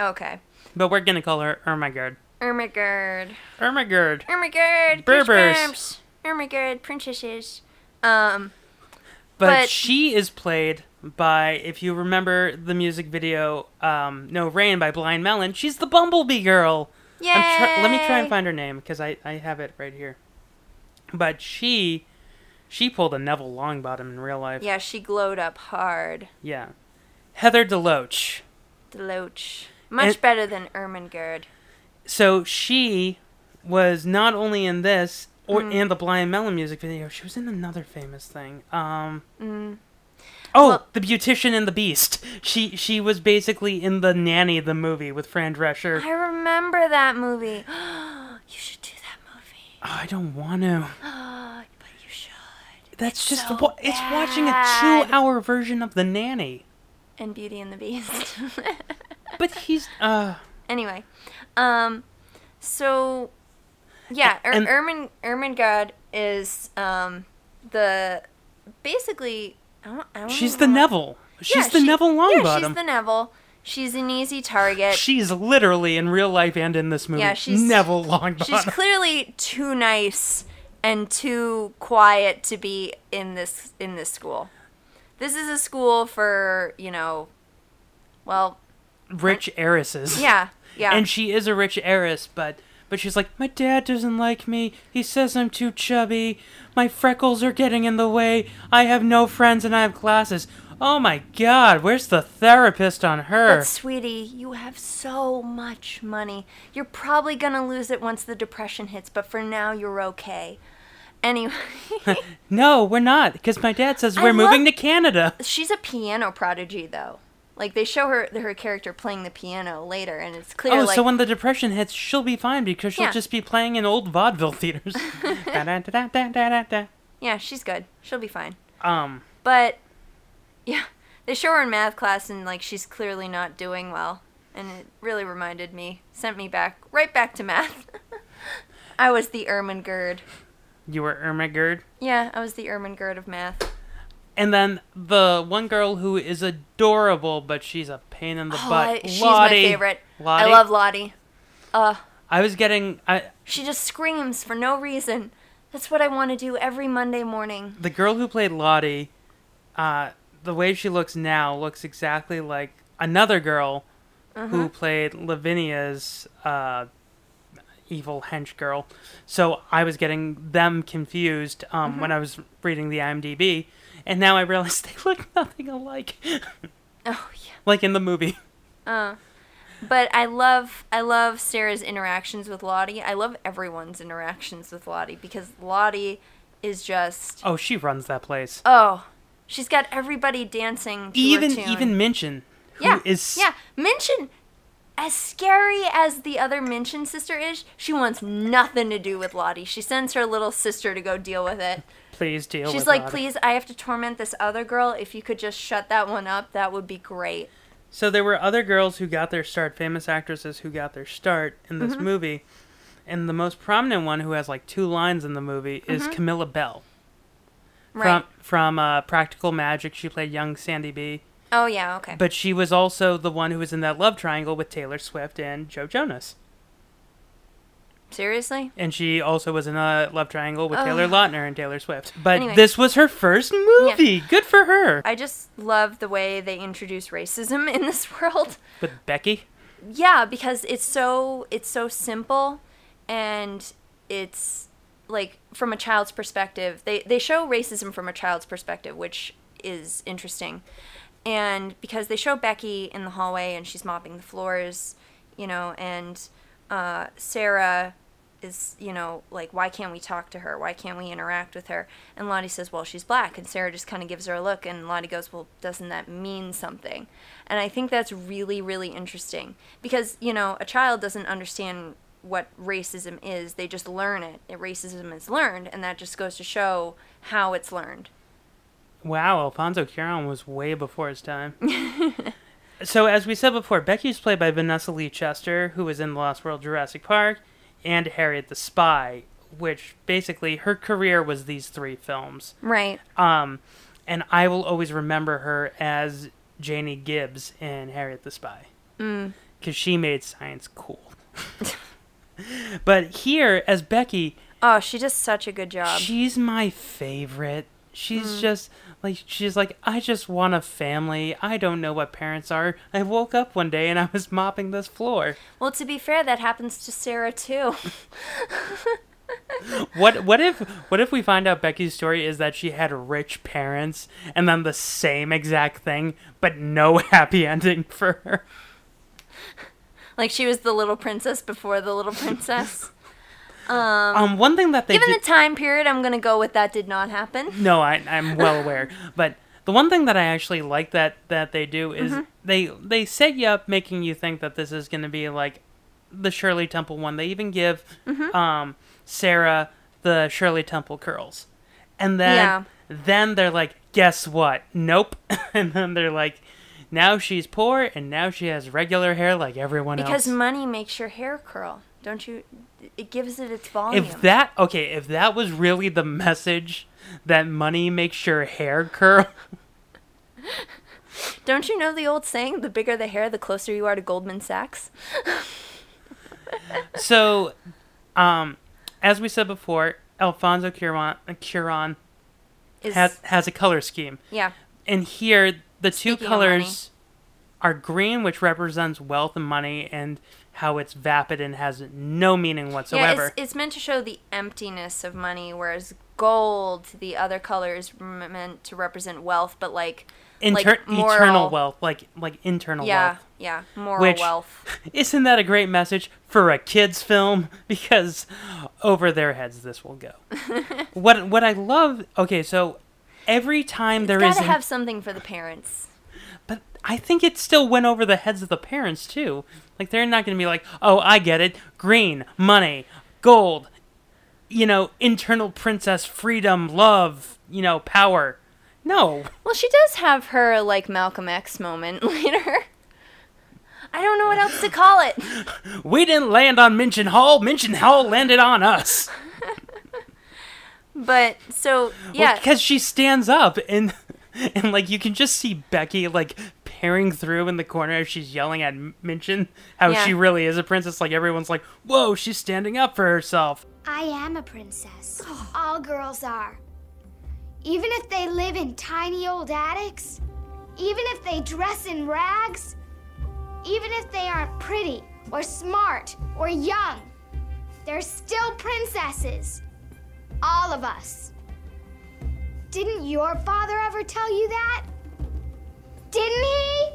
B: okay,
A: But we're gonna call her Ermagerd.
B: Ermengarde.
A: Ermagerd.
B: Oh Ermengarde.
A: Berbers.
B: Berbers. Ermengarde Oh princesses. Um.
A: But,
B: But-
A: she is played by, if you remember the music video, um, No Rain by Blind Melon, she's the Bumblebee girl.
B: Yeah.
A: I'm try- let me try and find her name because I, I have it right here. But she she pulled a Neville Longbottom in real life.
B: Yeah, she glowed up hard.
A: Yeah. Heather DeLoach.
B: Deloach. Much
A: And-
B: better than Ermengarde.
A: So she was not only in this or
B: Mm.
A: and the Blind Melon music video, she was in another famous thing. Um Oh,
B: Mm. Well-
A: The Beautician and the Beast. She she was basically in the nanny the movie with Fran Drescher.
B: I remember that movie. (gasps) you should do that movie.
A: Oh, I don't want to. Uh,
B: Oh, but you should.
A: That's just
B: so
A: wa- it's watching a
B: bad.
A: 2-hour version of the nanny.
B: And Beauty and the Beast. (laughs)
A: But he's uh
B: anyway, um, so yeah, er-
A: And-
B: Ermen Ermengarde is um the basically. I don't, I don't
A: she's
B: even
A: the
B: know-
A: Neville. She's
B: Yeah,
A: the
B: she-
A: Neville
B: Yeah,
A: Longbottom.
B: she's the Neville. She's an easy target.
A: She's literally in real life and in this movie.
B: Yeah, she's-
A: Neville Longbottom.
B: She's clearly too nice and too quiet to be in this in this school. This is a school for, you know, well,
A: (laughs) rich heiresses.
B: yeah, yeah.
A: And she is a rich heiress, but but she's like, my dad doesn't like me. He says I'm too chubby. My freckles are getting in the way. I have no friends and I have classes. Oh my god, where's the therapist on her?
B: but sweetie, you have so much money. You're probably going to lose it once the depression hits, but for now you're okay. Anyway,
A: (laughs) No, we're not, because my dad says
B: I
A: we're moving
B: love-
A: to Canada.
B: she's a piano prodigy though. Like they show her her character playing the piano later and it's clear
A: Oh,
B: like
A: so when the depression hits, she'll be fine because she'll
B: Yeah.
A: just be playing in old vaudeville
B: (laughs)
A: theaters. Da-da-da-da-da-da-da.
B: yeah, she's good. She'll be fine.
A: um,
B: But (laughs) yeah, they show her in math class and like she's clearly not doing well. And it really reminded me, sent me back right back to math. (laughs) I was the Ermengarde.
A: you were Ermagerd.
B: Yeah, I was the Ermengarde of math.
A: And then the one girl who is adorable, but she's a pain in the
B: Oh,
A: butt.
B: I, she's
A: Lottie.
B: my favorite.
A: Lottie.
B: I love Lottie. Uh,
A: I was getting I,
B: she just screams for no reason. That's what I want to do every Monday morning.
A: the girl who played Lottie. Uh, the way she looks now looks exactly like another girl who played Lavinia's uh, evil hench girl. So I was getting them confused um, when I was reading the IMDb, and now I realize (laughs) they look nothing alike,
B: Oh yeah.
A: like in the movie.
B: But I love I love Sarah's interactions with Lottie. I love everyone's interactions with Lottie because Lottie is just
A: Oh, she runs that place.
B: Oh, she's got everybody dancing. To
A: even
B: her tune.
A: even Minchin, who
B: yeah,
A: is
B: yeah. Minchin, as scary as the other Minchin sister is, she wants nothing to do with Lottie. She sends her little sister to go deal with it.
A: please deal.
B: She's
A: with
B: like,
A: Lottie.
B: please, I have to torment this other girl. If you could just shut that one up, that would be great.
A: So there were other girls who got their start, famous actresses who got their start in this
B: Mm-hmm.
A: movie, and the most prominent one who has like two lines in the movie is Camilla Bell
B: Mm-hmm. Right.
A: from from uh, Practical Magic. She played young Sandy B,
B: oh yeah. Okay.
A: but she was also the one who was in that love triangle with Taylor Swift and Joe Jonas.
B: Seriously?
A: And she also was in a love triangle with Taylor Lautner and Taylor Swift. But
B: Oh, Anyway.
A: this was her first movie. Good for her.
B: I just love the way they introduce racism (laughs) in this world.
A: With Becky.
B: Yeah, because it's so it's so simple and it's like from a child's perspective. They they show racism from a child's perspective, which is interesting. And because they show Becky in the hallway and she's mopping the floors, you know, and uh, Sarah is, you know, like, why can't we talk to her? Why can't we interact with her? And Lottie says, well, she's black. And Sarah just kind of gives her a look, and Lottie goes, well, doesn't that mean something? And I think that's really, really interesting because, you know, a child doesn't understand what racism is, they just learn it. And racism is learned, and that just goes to show how it's learned.
A: Wow, Alfonso Cuarón was way before his time. so, as we said before, Becky is played by Vanessa Lee Chester, who was in The Lost World Jurassic Park, and Harriet the Spy, which basically her career was these three films.
B: Right.
A: Um, and I will always remember her as Janie Gibbs in Harriet the Spy. Because she made science cool. (laughs) but here, as Becky,
B: Oh, she does such a good job.
A: She's my favorite.
B: Mm.
A: She's just like she's like I just want a family. I don't know what parents are. I woke up one day and I was mopping this floor.
B: Well, to be fair, that happens to Sarah too. (laughs)
A: What what if what if we find out Becky's story is that she had rich parents and then the same exact thing but no (laughs) happy ending for her?
B: like she was the little princess before the little princess.
A: Um one thing that they
B: Given
A: do-
B: the time period, I'm gonna go with that did not happen.
A: No, I, I'm well aware. But the one thing that I actually like that that they do is
B: Mm-hmm.
A: they they set you up, making you think that this is going to be like the Shirley Temple one. They even give
B: Mm-hmm.
A: um, Sarah the Shirley Temple curls, and then
B: Yeah.
A: then they're like, guess what? Nope. (laughs) and then they're like, now she's poor and now she has regular hair like everyone
B: Because
A: else.
B: money makes your hair curl, don't you? It gives it its volume.
A: If that okay, if that was really the message that money makes your hair curl.
B: don't you know the old saying, the bigger the hair, the closer you are to Goldman Sachs?
A: So, um, as we said before, Alfonso Cuaron, uh, Cuaron
B: Is
A: has, has a color scheme.
B: yeah,
A: And here, the two
B: Speaking of
A: colors are green, which represents wealth and money, and how it's vapid and has no meaning whatsoever.
B: yeah. It's, it's meant to show the emptiness of money, whereas gold, the other color, is m- meant to represent wealth, but like like
A: Inter-
B: moral-
A: eternal wealth, like like internal
B: Yeah,
A: wealth.
B: yeah, moral
A: Which-
B: wealth.
A: Isn't that a great message for a kids film? (laughs) Because over their heads this will
B: (laughs)
A: go. what what I love. Okay, so every time there is.
B: Gotta
A: an-
B: have something for the parents.
A: But I think it still went over the heads of the parents too. Like they're not going to be like, "Oh, I get it. Green, money, gold, you know, internal princess, freedom, love, you know, power." No.
B: Well, she does have her like Malcolm X moment (laughs) later. I don't know what else to call it.
A: We didn't land on Minchin Hall. Minchin Hall landed on us.
B: But so yeah,
A: Because she stands up and and like you can just see Becky like peering through in the corner as she's yelling at Minchin how
B: Yeah.
A: she really is a princess. Like everyone's like, "Whoa, she's standing up for herself."
H: I am a princess. All girls are. Even if they live in tiny old attics, even if they dress in rags, even if they aren't pretty or smart or young, they're still princesses. All of us. Didn't your father ever tell you that? Didn't he?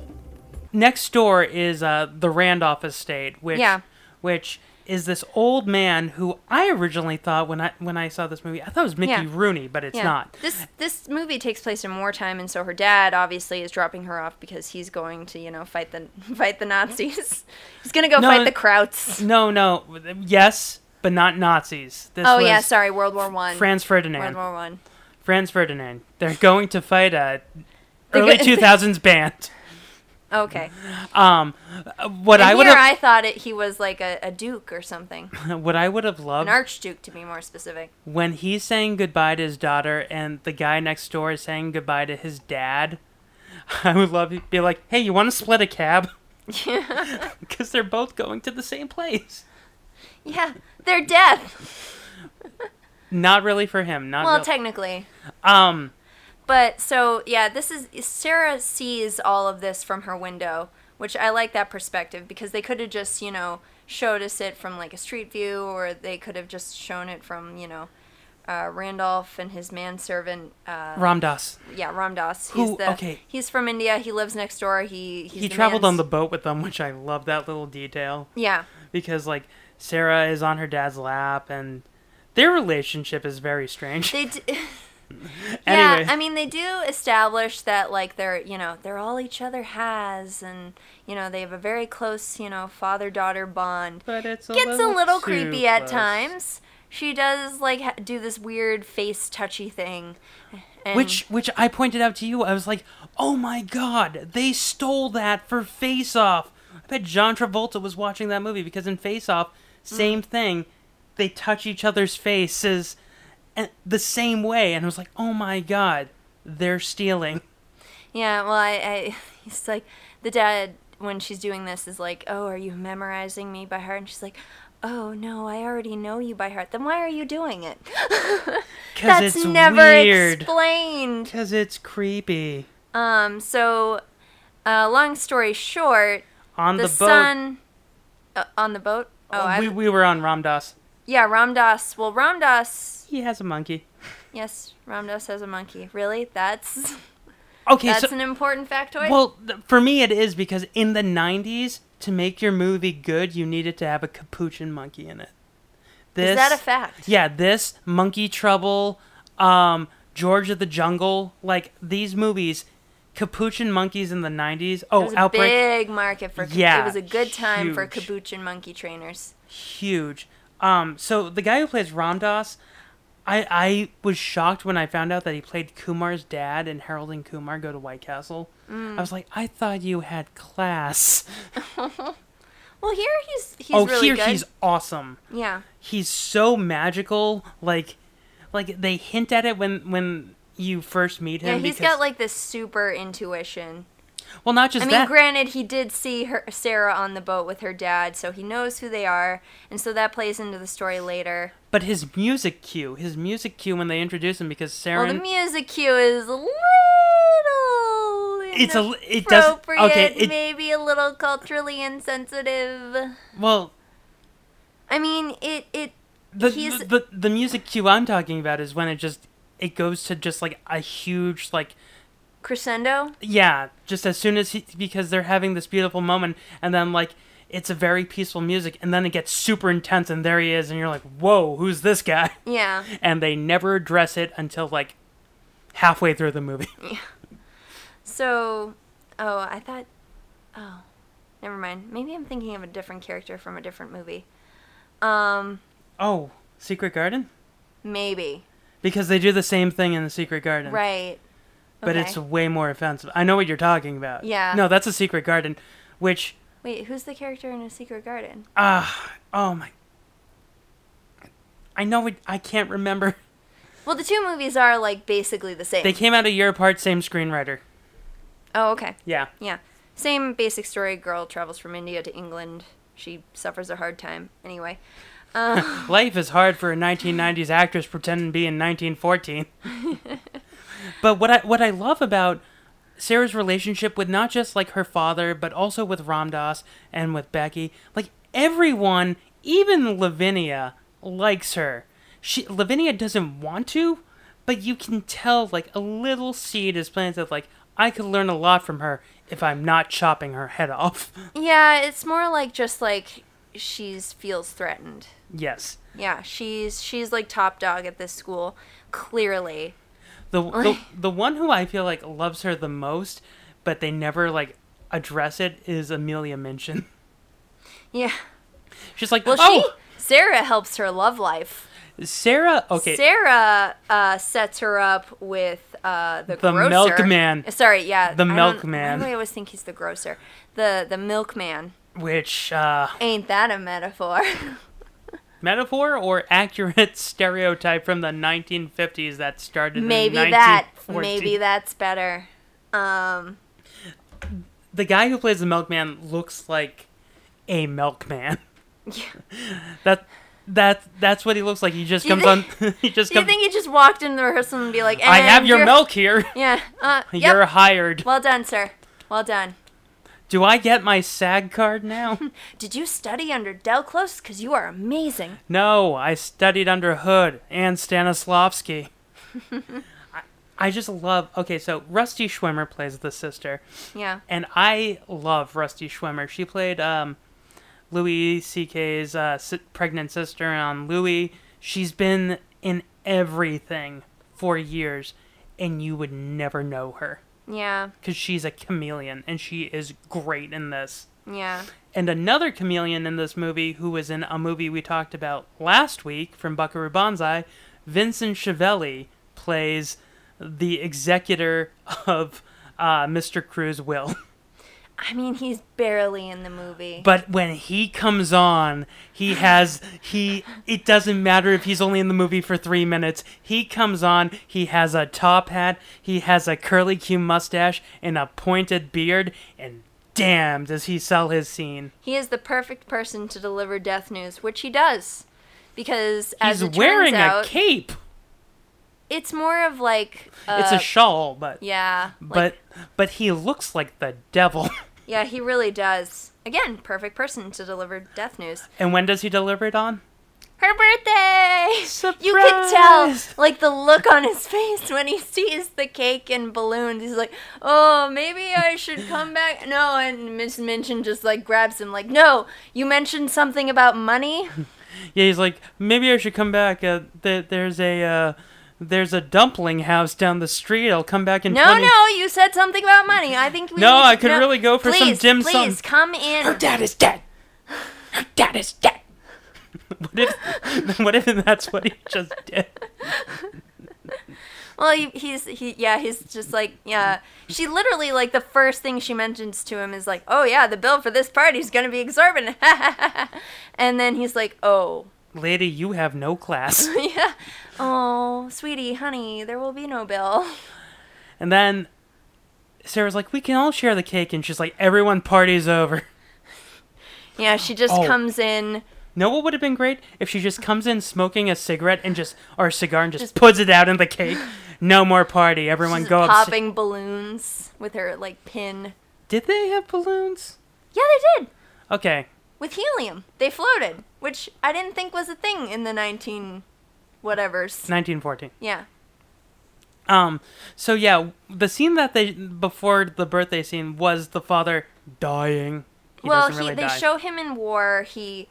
A: next door is uh, the Randolph Estate, which
B: Yeah.
A: which is this old man who I originally thought when I when I saw this movie, I thought it was Mickey
B: Yeah.
A: Rooney, but it's
B: yeah.
A: not.
B: This this movie takes place in wartime, and so her dad obviously is dropping her off because he's going to you know fight the (laughs) fight the Nazis. (laughs) he's gonna go
A: No,
B: fight the
A: it-
B: Krauts.
A: No, no, yes, but not Nazis. This
B: Oh
A: was
B: yeah, sorry, World War One.
A: Franz
B: World
A: Ferdinand.
B: War One.
A: Franz Ferdinand. They're going to fight a early
B: go-
A: two thousands band.
B: Okay.
A: What I
B: And
A: would
B: here
A: have
B: I thought it, he was like a, a duke or something,
A: what I would have (laughs)
B: an
A: loved
B: archduke to be more specific.
A: when he's saying goodbye to his daughter and the guy next door is saying goodbye to his dad, (laughs) I would love to be (laughs) like, hey, you want to split a cab? Because they're both going to the same place.
B: Yeah, they're deaf.
A: Not really for him. Not
B: Well,
A: real-
B: technically.
A: um.
B: But so yeah, this is Sarah sees all of this from her window, which I like that perspective because they could have just, you know, showed us it from like a street view or they could have just shown it from, you know, uh, Randolph and his manservant uh,
A: Ram Dass.
B: yeah, Ram Dass. He's
A: Who-
B: the
A: okay.
B: he's from India, he lives next door. He he's
A: He
B: the
A: traveled on
B: man's-
A: the boat with them, which I love that little detail
B: Yeah.
A: because like Sarah is on her dad's lap and their relationship is very strange.
B: They d- (laughs)
A: anyway,
B: Yeah, I mean they do establish that like they're you know they're all each other has, and you know they have a very close you know father daughter bond.
A: but it's a
B: Gets a
A: little,
B: little
A: too
B: creepy at
A: close.
B: times. She does like ha- do this weird face touchy thing, and
A: Which which I pointed out to you, I was like, oh my god, they stole that for Face Off. I bet John Travolta was watching that movie because in Face Off,
B: Mm.
A: same thing, they touch each other's faces, and the same way, and I was like, oh my god, they're stealing.
B: yeah, well I, I (laughs) he's like the dad when she's doing this is like oh are you memorizing me by heart and she's like oh no I already know you by heart then why are you doing it? (laughs)
A: Because
B: That's
A: it's
B: never
A: weird.
B: explained.
A: Because it's creepy.
B: Um, so, uh, long story short,
A: On
B: the,
A: the, boat, Um,
B: son uh, on the boat. Oh, I,
A: we, we were on Ram Dass.
B: yeah, Ram Dass. Well, Ram Dass.
A: He has a monkey.
B: Yes, Ram Dass has a monkey. Really?
A: (laughs)
B: That's
A: Okay,
B: that's
A: so
B: an important factoid.
A: Well, th- for me, it is because in the 90s, to make your movie good, you needed to have a capuchin monkey in it. This,
B: is that a fact?
A: Yeah, this, Monkey Trouble, um, George of the Jungle, like these movies, capuchin monkeys in the 90s.
B: It
A: Oh,
B: was a
A: Outbreak,
B: big market for.
A: Yeah,
B: it was a good time for
A: huge.
B: capuchin monkey trainers.
A: huge. Um, so the guy who plays Ram Dass, I, I was shocked when I found out that he played Kumar's dad in Harold and Kumar Go to White Castle.
B: Mm.
A: I was like, I thought you had class.
B: Well, here he's he's
A: oh,
B: really
A: here
B: good.
A: he's awesome.
B: yeah,
A: he's so magical like like they hint at it when when you first meet
B: yeah.
A: him
B: He's
A: because-
B: got like this super intuition.
A: well not just
B: I mean,
A: that
B: granted, he did see her Sarah on the boat with her dad, so he knows who they are, and so that plays into the story later.
A: but his music cue his music cue when they introduce him because Saren
B: well, the music cue is a little.
A: It's a li- it doesn't- okay,
B: inappropriate,
A: it-
B: maybe a little culturally insensitive.
A: well
B: I mean, it it
A: the,
B: he's-
A: the the the music cue I'm talking about is when it just it goes to just like a huge like
B: crescendo.
A: yeah just as soon as he because they're having this beautiful moment and then like it's a very peaceful music and then it gets super intense and there he is and you're like whoa who's this guy (laughs)
B: Yeah.
A: and they never address it until like halfway through the movie. (laughs)
B: So, oh, I thought. Oh, never mind. Maybe I'm thinking of a different character from a different movie. Um,
A: Oh, Secret Garden?
B: maybe.
A: Because they do the same thing in the Secret Garden,
B: Right.
A: but
B: okay.
A: it's way more offensive. I know what you're talking about.
B: Yeah.
A: No, that's a Secret Garden, which
B: Wait, who's the character in A Secret Garden?
A: ah, oh my. I know it. I can't remember. (laughs)
B: Well, the two movies are like basically the same.
A: They came out a year apart, same screenwriter.
B: oh, okay.
A: Yeah.
B: Yeah. Same basic story. Girl travels from India to England. She suffers a hard time. Anyway.
A: Life is hard for a 1990s actress pretending to be in 1914. but what I what I love about Sarah's relationship with not just like her father, but also with Ram Dass and with Becky, like everyone, even Lavinia likes her. She Lavinia doesn't want to, but you can tell like a little seed is planted. Like I could learn a lot from her if I'm not chopping her head (laughs) off.
B: Yeah, it's more like just like she's feels threatened.
A: yes.
B: Yeah, she's she's like top dog at this school, clearly.
A: the, the the one who I feel like loves her the most, but they never like address it is Amelia Minchin. (laughs)
B: Yeah.
A: She's like,
B: Well,
A: oh,
B: she Sarah helps her love life.
A: Sarah. Okay,
B: Sarah uh, sets her up with uh, the,
A: The
B: grocer.
A: milkman.
B: Sorry, yeah.
A: The
B: I don't-
A: milkman.
B: Why do I always think he's the grocer? The the milkman.
A: which uh,
B: Ain't that
A: (laughs)
B: a metaphor? (laughs)
A: metaphor or accurate (laughs) stereotype from the 1950s that started?
B: maybe
A: in
B: that.
A: 1914?
B: Maybe that's better. Um,
A: The guy who plays the milkman looks like a milkman. (laughs) That that that's what he looks like. He just
B: Do you
A: comes on. (laughs) he just
B: Do you
A: comes.
B: think he just walked into the rehearsal and be like,
A: I have
B: "And
A: your
B: (laughs) you're-
A: milk here. (laughs)
B: Yeah. Uh, yep.
A: You're hired.
B: Well done, sir. Well done.
A: Do I get my SAG card now?
B: Did you study under Del Close? Because you are amazing.
A: no, I studied under Hood and Stanislavski. I, I just love. Okay, so Rusty Schwimmer plays the sister.
B: Yeah.
A: and I love Rusty Schwimmer. She played um, Louis C.K.'s uh, si- pregnant sister on Louis. She's been in everything for years, and you would never know her
B: Yeah.
A: because she's a chameleon, and she is great in this.
B: Yeah.
A: And another chameleon in this movie, who was in a movie we talked about last week from Buckaroo Banzai, Vincent Chiavelli plays the executor of uh, Mr. Crew's will. (laughs)
B: I mean, he's barely in the movie.
A: But when he comes on, he has he it doesn't matter if he's only in the movie for 3 minutes. He comes on, he has a top hat, he has a curly Q mustache and a pointed beard and damn does he sell his scene.
B: he is the perfect person to deliver death news, which he does. Because as
A: He's
B: it
A: wearing
B: turns out,
A: a cape.
B: it's more of like
A: it's
B: uh,
A: a shawl, but
B: yeah, like-
A: but but he looks like the devil. (laughs)
B: yeah, he really does. Again, perfect person to deliver death news.
A: and when does he deliver it on?
B: Her birthday. You
A: Surprise!
B: could tell, like the look on his face when he sees the cake and balloons. He's like, "Oh, maybe I should come back." No, and Miss Minchin just like grabs him, like, "No, you mentioned something
A: (laughs)
B: about money."
A: Yeah, he's like, maybe I should come back. Uh, th- there's a uh, there's a dumpling house down the street. I'll come back in.
B: No,
A: 20
B: no, you said something about money. I think we.
A: No,
B: need to-
A: I could really go for some
B: Please,
A: dim sum.
B: Please come in.
A: (laughs) What if (laughs) what if that's what he just did?
B: Well, he, he's he yeah, he's just like yeah. She literally like the first thing she mentions to him is like, "Oh yeah, the bill for this party is gonna be exorbitant," (laughs) and then he's like, "Oh,
A: Lady, you have no class.
B: (laughs) yeah, oh, sweetie, honey, there will be no bill."
A: And then Sarah's like, we can all share the cake, and she's like, everyone party's over. (laughs)
B: Yeah, she just
A: Oh.
B: comes in.
A: Know what would have been great if she just comes in smoking a cigarette and just or a cigar and just, puts it out in the cake. No more party. Everyone
B: She's
A: go up.
B: popping balloons with her like pin.
A: Did they have balloons?
B: Yeah, they did
A: Okay,
B: with helium. They floated, which I didn't think was a thing in the nineteen, whatever's.
A: 1914.
B: Yeah,
A: Um, so yeah, the scene that they before the birthday scene was the father dying. He
B: well,
A: doesn't really
B: they
A: die.
B: show him in war. He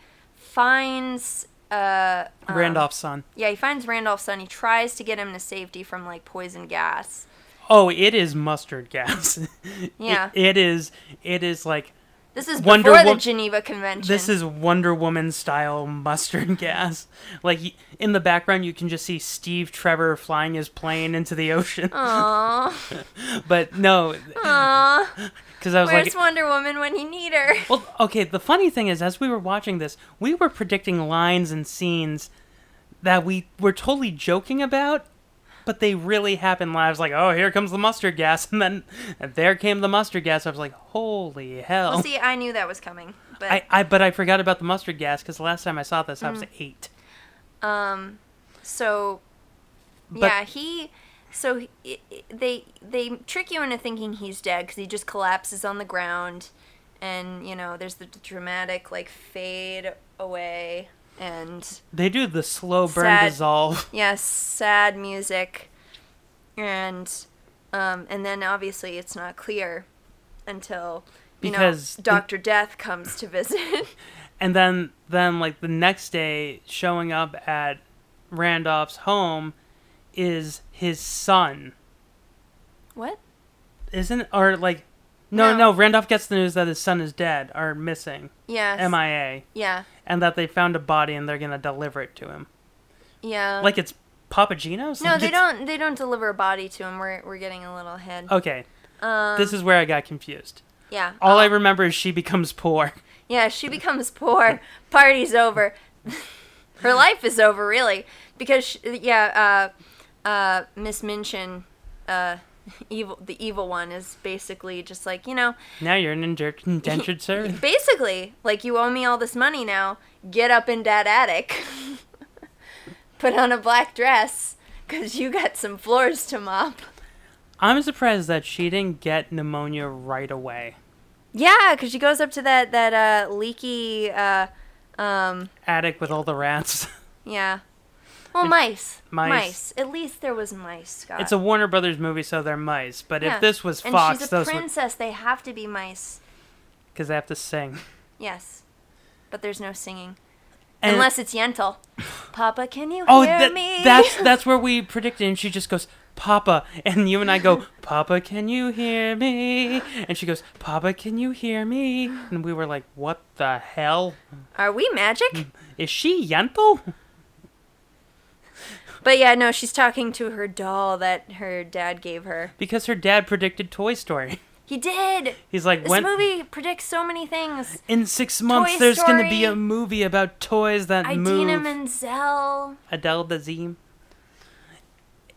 B: finds uh um,
A: Randolph's son.
B: Yeah, he finds Randolph's son. He tries to get him to safety from like poison gas.
A: Oh, it is mustard gas. (laughs)
B: Yeah,
A: it is. It is like
B: this is
A: Wonder
B: before
A: Wo-
B: the Geneva Convention.
A: this is Wonder Woman style mustard (laughs) gas. Like y- in the background, you can just see Steve Trevor flying his plane into the ocean.
B: Aww.
A: (laughs) But no, (laughs)
B: Aww.
A: because I was like,
B: Where's Wonder Woman when you need her?
A: Well, okay, the funny thing is, as we were watching this, we were predicting lines and scenes that we were totally joking about, but they really happened. I was like, oh, here comes the mustard gas. (laughs) And then there came the mustard gas. I was like, holy hell.
B: Well, see, I knew that Mm. was coming, but
A: Oh. I, I, but I forgot about the mustard gas because the last time I saw this, I was eight.
B: um, so yeah, he. So he, they they trick you into thinking he's dead because he just collapses on the ground, and you know there's the dramatic like fade away and
A: They do the slow burn
B: Sad.
A: dissolve. (laughs)
B: yes, sad music, and um, and then obviously it's not clear until you
A: Because the-
B: know Doctor Death comes to visit. (laughs)
A: And then, then like the next day, showing up at Randolph's home is his son.
B: what?
A: isn't or like no,
B: No.
A: no randolph gets the news that his son is dead or missing
B: Yes.
A: mia
B: Yeah.
A: and that they found a body and they're gonna deliver it to him
B: Yeah.
A: like it's papagino's
B: Oh. No,
A: Like
B: they
A: it's-
B: don't. They don't deliver a body to him. We're we're getting a little ahead.
A: okay
B: Um,
A: this is where i got confused
B: Yeah.
A: all i
B: Um,
A: remember is she becomes poor (laughs)
B: yeah, she becomes poor. (laughs) Party's over. (laughs) Her life is over, really, because she, yeah, uh, (laughs) uh, Miss Minchin, uh, evil the evil one is basically just like you know
A: Now you're an indentured,
B: (laughs)
A: indentured servant.
B: basically like you owe me all this money now get up in that attic (laughs) put on a black dress because you got some floors to mop
A: I'm surprised that she didn't get pneumonia right away.
B: yeah because she goes up to that that uh leaky uh um
A: Attic with all the rats. (laughs)
B: yeah well mice
A: mice.
B: at least there was mice Scott.
A: It's a Warner Brothers movie, so they're mice. But
B: Yeah.
A: if this was
B: and
A: Fox,
B: she's a
A: those
B: princess they have to be mice
A: because they have to sing.
B: yes but there's no singing
A: And-
B: unless it's yentel papa can you
A: oh,
B: hear
A: that-
B: me
A: that's
B: (laughs)
A: that's where we predicted, and she just goes, "Papa," and you and I
B: (laughs)
A: go, "Papa, can you hear me?" And she goes, "Papa, can you hear me?" And we were like, "What the hell
B: are we magic
A: is she Yentl?"
B: But yeah, no, she's talking to her doll that her dad gave her.
A: Because her dad predicted Toy Story. (laughs)
B: He did.
A: He's like,
B: This
A: "When
B: movie predicts so many things.
A: in six months
B: Toy
A: there's going to be a
B: Story.
A: movie about toys that
B: Idina
A: move."
B: Menzel,
A: Adele Dazeem.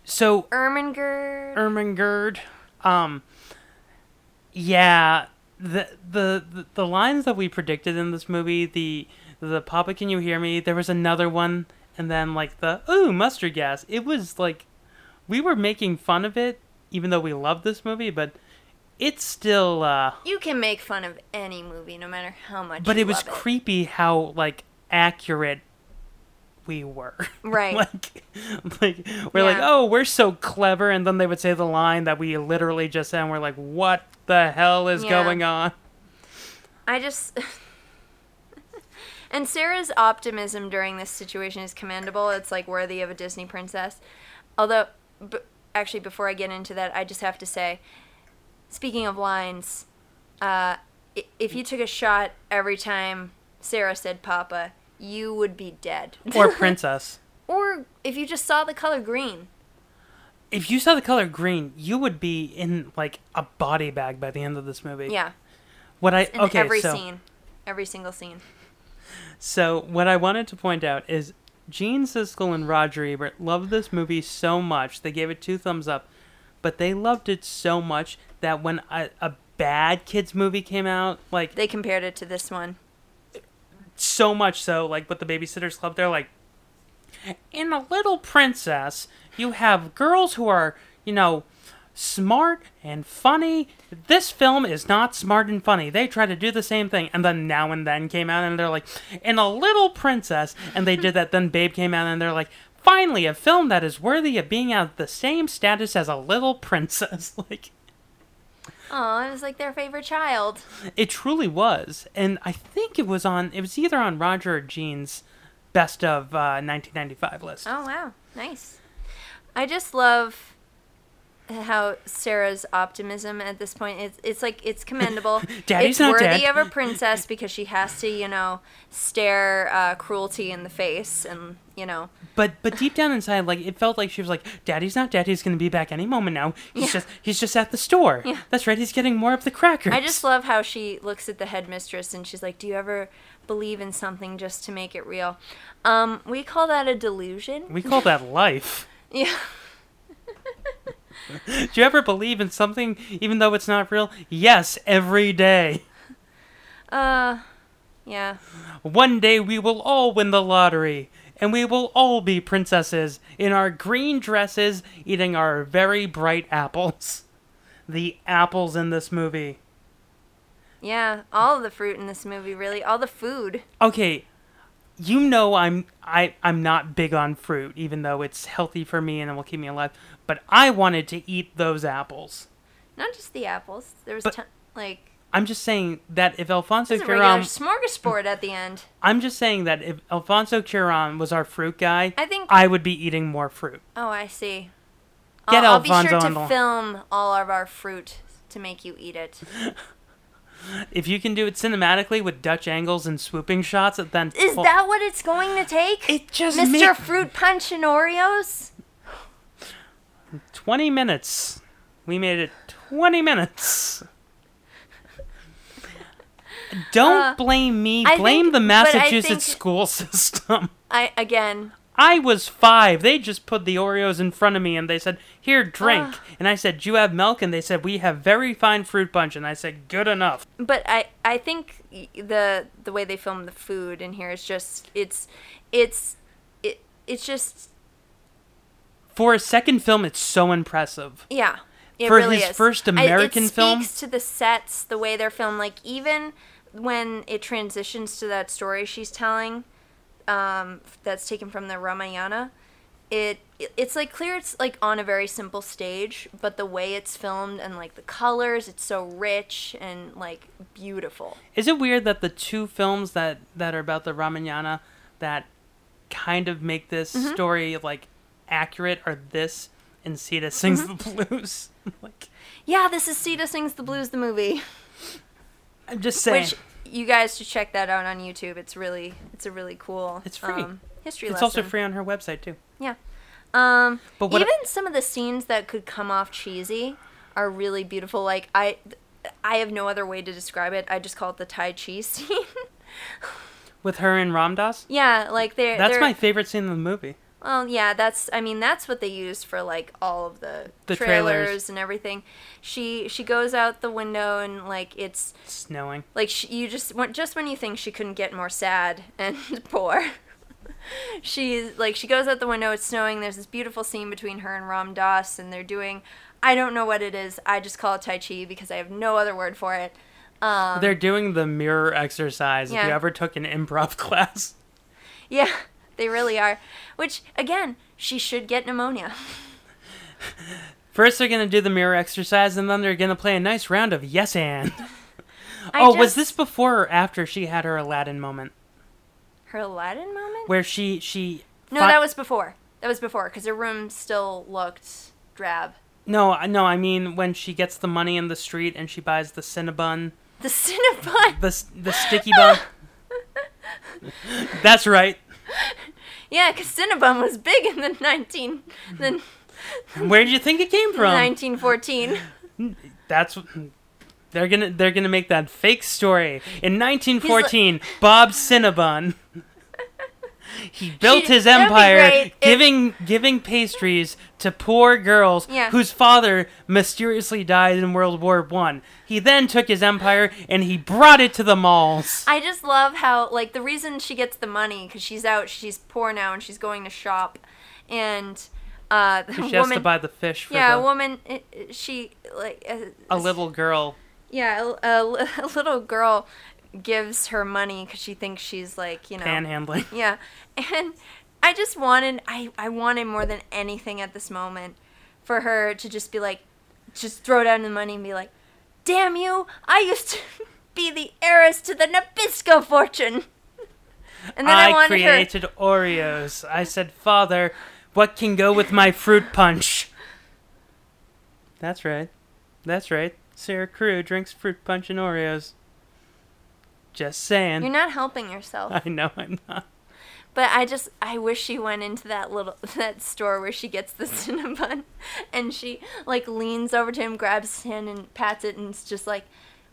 A: So
B: Ermengarde.
A: Ermengarde. Um, yeah, the, the the the lines that we predicted in this movie, the the Papa, can you hear me? There was another one, and then like the ooh mustard gas. It was like we were making fun of it, even though we love this movie, but it's still. Uh,
B: you can make fun of any movie, no matter how much.
A: but
B: you
A: it was
B: love
A: creepy how like accurate we were. (laughs)
B: Right.
A: like, like we're like,
B: Yeah.
A: oh, we're so clever, and then they would say the line that we literally just said, and we're like, what the hell is
B: Yeah.
A: going
B: (laughs)
A: on?
B: I just. (laughs) and Sarah's optimism during this situation is commendable. It's like worthy of a Disney princess. Although, b- actually, before I get into that, I just have to say, speaking of lines, uh, i- if you took a shot every time Sarah said "Papa," you would be dead.
A: Or princess.
B: or if you just saw the color green.
A: If you saw the color green, you would be in like a body bag by the end of this movie.
B: Yeah,
A: What I
B: in
A: okay
B: every
A: so
B: scene, every single scene.
A: So what I wanted to point out is Gene Siskel and Roger Ebert loved this movie so much they gave it two thumbs up, but they loved it so much that when a, a bad kids movie came out, like
B: They compared it to this one.
A: so much so, like with the Babysitters Club, they're like, in a Little Princess, you have girls who are you know smart and funny. This film is not smart and funny. They try to do the same thing, and then Now and Then came out, and they're like, in a Little Princess, and they did that. Then Babe came out, and they're like, finally, a film that is worthy of being at the same status as a Little Princess. (laughs) like,
B: Oh, it was like their favorite child.
A: it truly was, and I think it was on. It was either on Roger or Gene's best of uh, 1995 list.
B: Oh wow, nice. I just love how Sarah's optimism at this point it's it's like it's commendable.
A: (laughs) Daddy's
B: it's
A: not
B: worthy
A: dead. (laughs)
B: of a princess because she has to, you know, stare uh, cruelty in the face and, you know,
A: But but deep down inside, like it felt like she was like, "Daddy's not dead. He's gonna be back any moment now. He's just he's just at the store.
B: Yeah.
A: That's right. He's getting more of the crackers.
B: I just love how she looks at the headmistress and she's like, "Do you ever believe in something just to make it real?" Um, we call that a delusion.
A: we call that life.
B: (laughs) Yeah.
A: Do you ever believe in something even though it's not real? Yes, every day.
B: Uh yeah.
A: One day we will all win the lottery, and we will all be princesses in our green dresses, eating our very bright apples. (laughs) The apples in this movie.
B: Yeah, all of the fruit in this movie really, all the food.
A: okay you know i'm I, i'm not big on fruit even though it's healthy for me and it will keep me alive but i wanted to eat those apples
B: Not just the apples. There was
A: But-
B: ton- like
A: i'm just saying that if alfonso
B: It's a regular
A: cuaron
B: smorgasbord at the end.
A: i'm just saying that if alfonso cuaron was our fruit guy
B: I think-
A: i would be eating more fruit
B: Oh, I see.
A: Get
B: I'll, I'll be
A: Alfonso
B: sure
A: on the-
B: to film all of our fruit to make you eat it.
A: if you can do it cinematically with dutch angles and swooping shots then
B: Is
A: well,
B: that what it's going to take?
A: it just
B: Mr.
A: make-
B: Fruit Punch and Oreos?
A: 20 minutes we made it 20
B: (laughs)
A: minutes don't blame me
B: I
A: blame
B: think-
A: the
B: but Uh, I
A: massachusetts
B: think-
A: school (laughs) system
B: I again,
A: I was five. They just put the Oreos in front of me and they said, Here, drink.
B: Ah.
A: And I said, Do you have milk? And they said, We have very fine fruit punch. And I said, Good enough.
B: But I, I think y- the the way they film the food in here is just it's it's it, it's just
A: For a second film, it's so impressive.
B: Yeah. It
A: For
B: really
A: his
B: is.
A: first
B: I-
A: American film?
B: It speaks to the sets, the way they're filmed. Like, even when it transitions to that story she's telling um, f- that's taken from the Ramayana, it, it it's like clear it's like on a very simple stage, but the way it's filmed and like the colors, it's so rich and like beautiful.
A: Is it weird that the two films that, that are about the Ramayana that kind of make this
B: Mm-hmm.
A: story like accurate are this and Sita
B: Mm-hmm.
A: Sings the Blues? (laughs) like,
B: Yeah, this is Sita Sings the Blues,
A: (laughs)
B: the movie,
A: I'm just saying.
B: which you guys should check that out on YouTube. It's really it's a really cool. um,
A: It's free.
B: history
A: it's
B: lesson.
A: also free on her website, too.
B: Yeah. Um,
A: But what-
B: even some of the scenes that could come off cheesy are really beautiful. Like I, I have no other way to describe it. I just call it the Tai Chi (laughs) scene.
A: With her and Ramdas?
B: yeah, like they're
A: That's
B: they're,
A: my favorite scene in the movie.
B: Well, yeah, that's I mean that's what they used for like all of the,
A: The
B: trailers,
A: trailers.
B: and everything. She she goes out the window and like it's
A: Snowing.
B: like she, you just when, just when you think she couldn't get more sad and (laughs) poor she's like she goes out the window it's snowing there's this beautiful scene between her and ram dass and they're doing i don't know what it is i just call it tai chi because i have no other word for it (laughs)
A: They're doing the mirror exercise. If you
B: Um, Yeah.
A: ever took an improv (laughs) class,
B: yeah they really are which again she should get pneumonia (laughs)
A: first they're gonna do the mirror exercise, and then they're gonna play a nice round of yes and.
B: (laughs) I
A: oh, was
B: just-
A: this before or after she had her Aladdin moment,
B: her aladdin moment
A: where she she?
B: no
A: fi-
B: that was before that was before because her room still looked drab
A: no, I- no. I mean, when she gets the money in the street and she buys the cinnabon,
B: the cinnabon (laughs)
A: the s- the sticky bun. That's right.
B: yeah because cinnabon was big in the 19 the
A: Where do you think it came from?
B: 1914
A: That's they're gonna they're gonna make that fake story in 1914. Bob
B: (laughs)
A: Cinnabon. He built
B: She-
A: his
B: that would be great
A: empire
B: if-
A: giving giving pastries to poor girls
B: Yeah.
A: whose father mysteriously died in World War One. He then took his empire and he brought it to the malls.
B: I just love how like the reason she gets the money because she's out, she's poor now, and she's going to shop, and uh, the
A: She has
B: woman,
A: to buy the fish for
B: yeah,
A: the-
B: a woman, it, it- she like uh,
A: a little girl.
B: yeah, a, a li- (laughs) a little girl gives her money because she thinks she's like you know
A: Panhandling.
B: yeah, and I just wanted I I wanted more than anything at this moment for her to just be like, just throw down the money and be like, damn you, I used to (laughs) be the heiress to the Nabisco fortune. (laughs) And then I,
A: I,
B: wanted her.
A: created Oreos. I said, Father, what can go with my fruit punch? That's right. That's right. Sarah Crew drinks fruit punch and Oreos. Just saying.
B: You're not
A: (laughs)
B: helping yourself.
A: I know I'm not.
B: But I just I wish she went into that little (laughs) that store where she gets the (laughs) cinnamon, and she like leans over to him, grabs his hand, and pats it, and it's just like,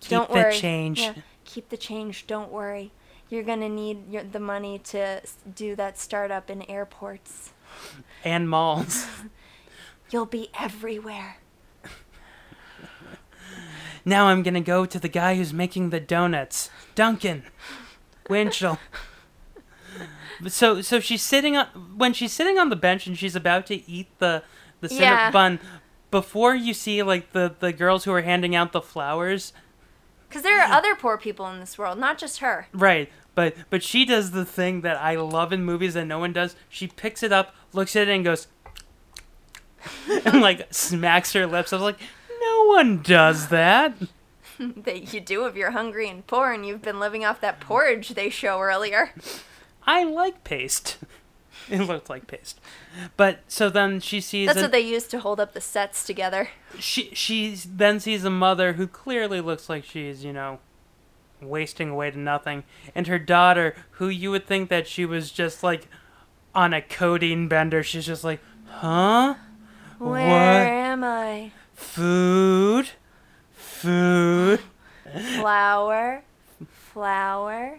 B: "Don't
A: the
B: worry,
A: change."
B: Yeah, keep the change. Don't worry, you're gonna need your, the money to s- do that startup in airports.
A: And malls.
B: You'll be everywhere."
A: Now I'm gonna go to the guy who's making the donuts, Duncan Winchell. so so she's sitting on when she's sitting on the bench and she's about to eat the the
B: Yeah.
A: cinnabon. Before you see like the the girls who are handing out the flowers,
B: Because there are other poor people in this world, not just her.
A: right? But but she does the thing that I love in movies that no one does. She picks it up, looks at it, and goes, (laughs) and like smacks her lips. I was like, no one does that.
B: That you do if you're hungry and poor, and you've been living off that porridge they show earlier.
A: I like paste. (laughs) It looked like paste. But so then she sees
B: That's
A: a-
B: what they use to hold up the sets together.
A: she she then sees a mother who clearly looks like she's, you know, wasting away to nothing and her daughter who you would think that she was just like on a codeine bender. She's just like, "Huh?
B: Where
A: What?
B: am I?
A: Food? Food?"
B: Flower, flower.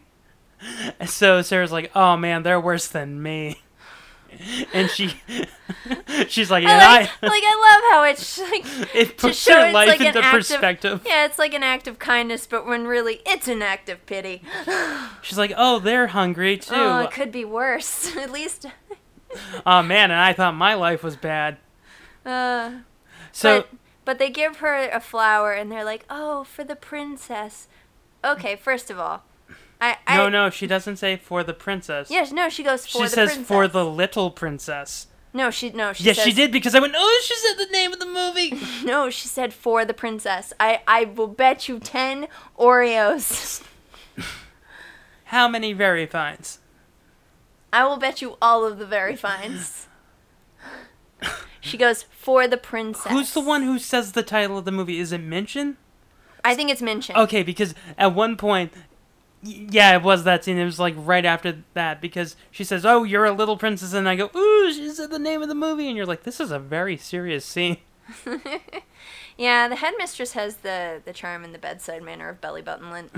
A: So Sarah's like, "Oh man, they're worse than me." and she (laughs) she's like, and
B: I
A: I,
B: like,
A: (laughs)
B: like I love how it's like
A: it
B: to
A: puts
B: show
A: her
B: it's
A: life
B: like an
A: into
B: act of-
A: perspective.
B: yeah, it's like an act of kindness, but when really it's an act of pity.
A: She's like, oh, they're hungry too.
B: Oh,
A: Oh,
B: it could be worse. (laughs) At least,
A: man, and I thought my life was bad.
B: uh,
A: So
B: but but they give her a flower and they're like, oh, for the princess. Okay, first of all, I, I
A: no, no, she doesn't say for the princess.
B: Yes, no, she goes for
A: she
B: the
A: says
B: princess.
A: for the little princess.
B: No, she no, she
A: yes, she
B: says-
A: did because I went. Oh, she said the name of the movie. (laughs)
B: No, she said for the princess. I I will bet you 10
A: (laughs)
B: Oreos.
A: How many very fines?
B: I will bet you all of the
A: (laughs)
B: very fines. She goes for the princess.
A: Who's the one who says the title of the movie? Is it mentioned?
B: I think it's mentioned.
A: Okay, because at one point, y- yeah, it was that scene. It was like right after that because she says, "Oh, you're a little princess," and I go, "Ooh, she said the name of the movie," and you're like, "This is a very serious scene."
B: Yeah, the headmistress has the the charm and the bedside manner of Belly Button Lint.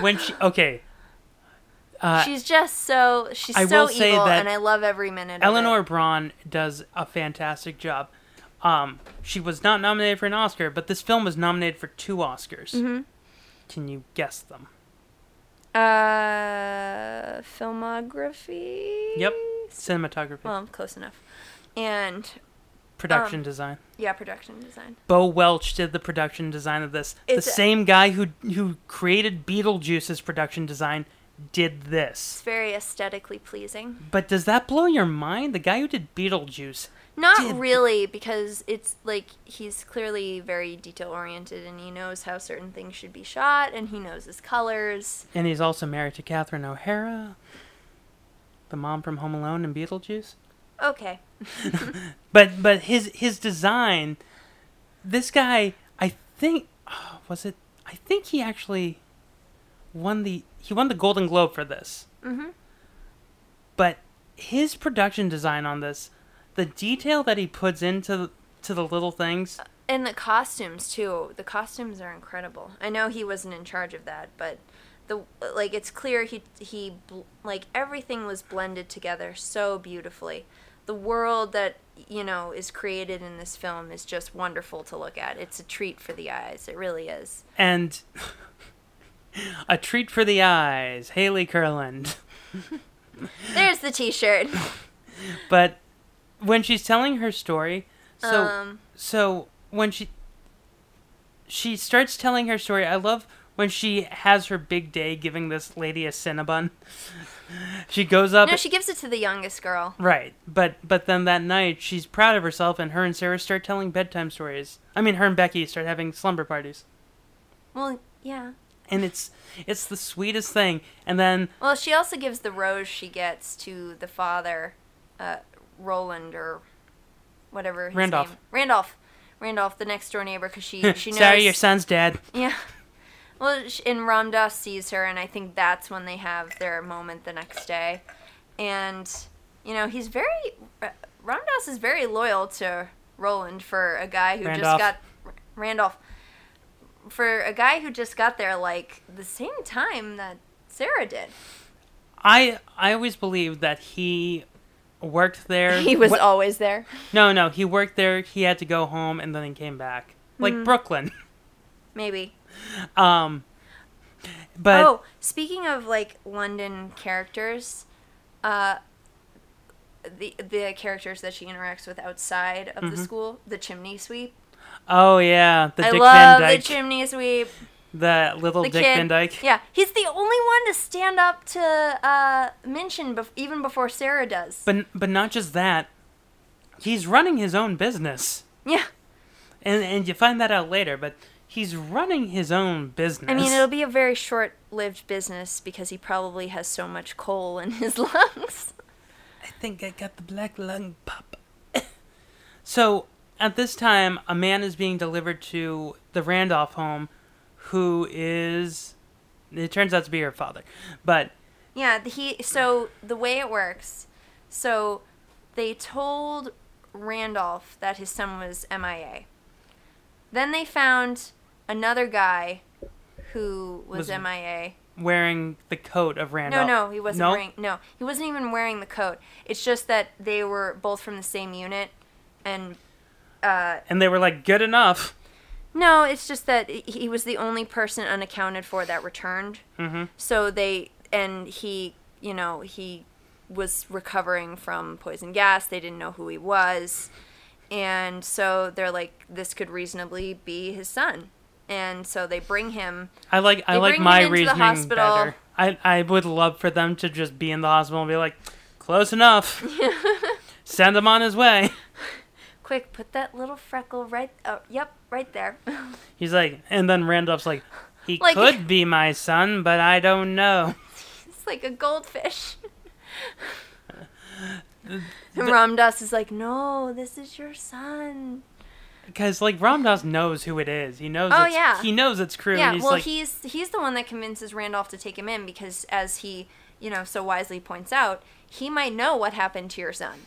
A: When she okay, Uh,
B: she's just so she's
A: I
B: so
A: will say
B: evil,
A: that
B: and I love every minute.
A: Eleanor
B: of
A: Braun does a fantastic job. Um, she was not nominated for an Oscar, but this film was nominated for two Oscars.
B: Mm-hmm.
A: Can you guess them?
B: it. uh, filmography.
A: Yep, cinematography,
B: Well, um, close enough. And
A: production design.
B: yeah, production design.
A: Bo Welch did the production design of this. The
B: It's a-
A: same guy who who created Beetlejuice's production design did
B: It's
A: this.
B: very aesthetically pleasing.
A: But does that blow your mind? The guy who did Beetlejuice.
B: Not
A: Did-
B: really, because it's like he's clearly very detail oriented and he knows how certain things should be shot and he knows his colors.
A: And he's also married to Catherine O'Hara, the mom from Home Alone and Beetlejuice.
B: Okay.
A: But but his his design, this guy, I think oh, was it? I think he actually won the he won the Golden Globe for this. Mm-hmm. But his production design on this, the detail that he puts into to the little things,
B: And the costumes too. The costumes are incredible. I know he wasn't in charge of that, but the like it's clear he he bl- like everything was blended together so beautifully. The world that you know is created in this film is just wonderful to look at. It's a treat for the eyes. It really is.
A: and (laughs) a treat for the eyes, Haley (laughs) Curland.
B: There's the t-shirt.
A: But when she's telling her story, so
B: Um.
A: so when she she starts telling her story, I love when she has her big day giving this lady a cinnabon. (laughs) she goes up
B: No, she gives it to the youngest girl.
A: right, but but then that night she's proud of herself, and her and Sarah start telling bedtime stories. I mean, her and Becky start having slumber parties,
B: Well, yeah.
A: and it's it's the sweetest thing. And then
B: Well, she also gives the rose she gets to the father, uh, Roland or whatever his
A: Randolph.
B: name. Randolph. Randolph, the next door neighbor,
A: (laughs)
B: because she Oh, she knows.
A: sorry, your son's dead.
B: Yeah. Well, sh- and Ramdas sees her, and I think that's when they have their moment the next day. And, you know, he's very. Uh, Ramdas is very loyal to Roland for a guy who
A: Randolph.
B: just got. R- Randolph. For a guy who just got there, like, the same time that Sarah did.
A: I I always believed that he worked there.
B: (laughs) He was
A: Wh-
B: always there.
A: No, no, he worked there. He had to go home, and then he came back, like
B: Hmm.
A: Brooklyn. (laughs)
B: Maybe.
A: Um, but
B: oh, speaking of, like, London characters, uh,. The, the characters that she interacts with outside of the school, the chimney sweep,
A: oh yeah, Mm-hmm. the
B: I
A: Dick
B: love
A: Van Dyke,
B: the chimney sweep.
A: the little
B: The
A: Dick
B: kid.
A: Van Dyke.
B: Yeah, he's the only one to stand up to uh, mention bef- even before Sarah does.
A: But but not just that, he's running his own business,
B: yeah,
A: and and you find that out later. But he's running his own business.
B: I mean it'll be a very short-lived business because he probably has so much coal in his (laughs) lungs.
A: I think I got the black lung pup. (laughs) so at this time, a man is being delivered to the Randolph home, who is. It turns out to be her father, but
B: Yeah, the- he. So the way it works, so they told Randolph that his son was MIA. Then they found another guy who was,
A: Was-
B: MIA
A: wearing the coat of Randolph.
B: No, no, he wasn't
A: No?
B: wearing. No, he wasn't even wearing the coat. It's just that they were both from the same unit, and
A: And they were like, good enough.
B: no, it's just that he- he was the only person unaccounted for that returned. Mm-hmm. So they and he, you know, he was recovering from poison gas. They didn't know who he was, and so they're like, this could reasonably be his son, and so they bring him.
A: I like I
B: They
A: like
B: bring him
A: my
B: into the
A: reasoning
B: hospital.
A: better. I I would love for them to just be in the hospital and be like, close
B: (laughs)
A: enough. Send him on his way.
B: Quick, put that little freckle right. Oh, yep, right there. (laughs)
A: He's like, and then Randolph's like, he
B: Like-
A: could be my son, but I don't know.
B: It's like a goldfish. and Ram Dass is like, no, this is your son.
A: Because like Ramdas knows who it is. He knows.
B: Oh,
A: it's,
B: yeah.
A: He knows it's crew.
B: yeah,
A: and he's
B: well,
A: like,
B: he's he's the one that convinces Randolph to take him in because, as he you know so wisely points out, he might know what happened to your son,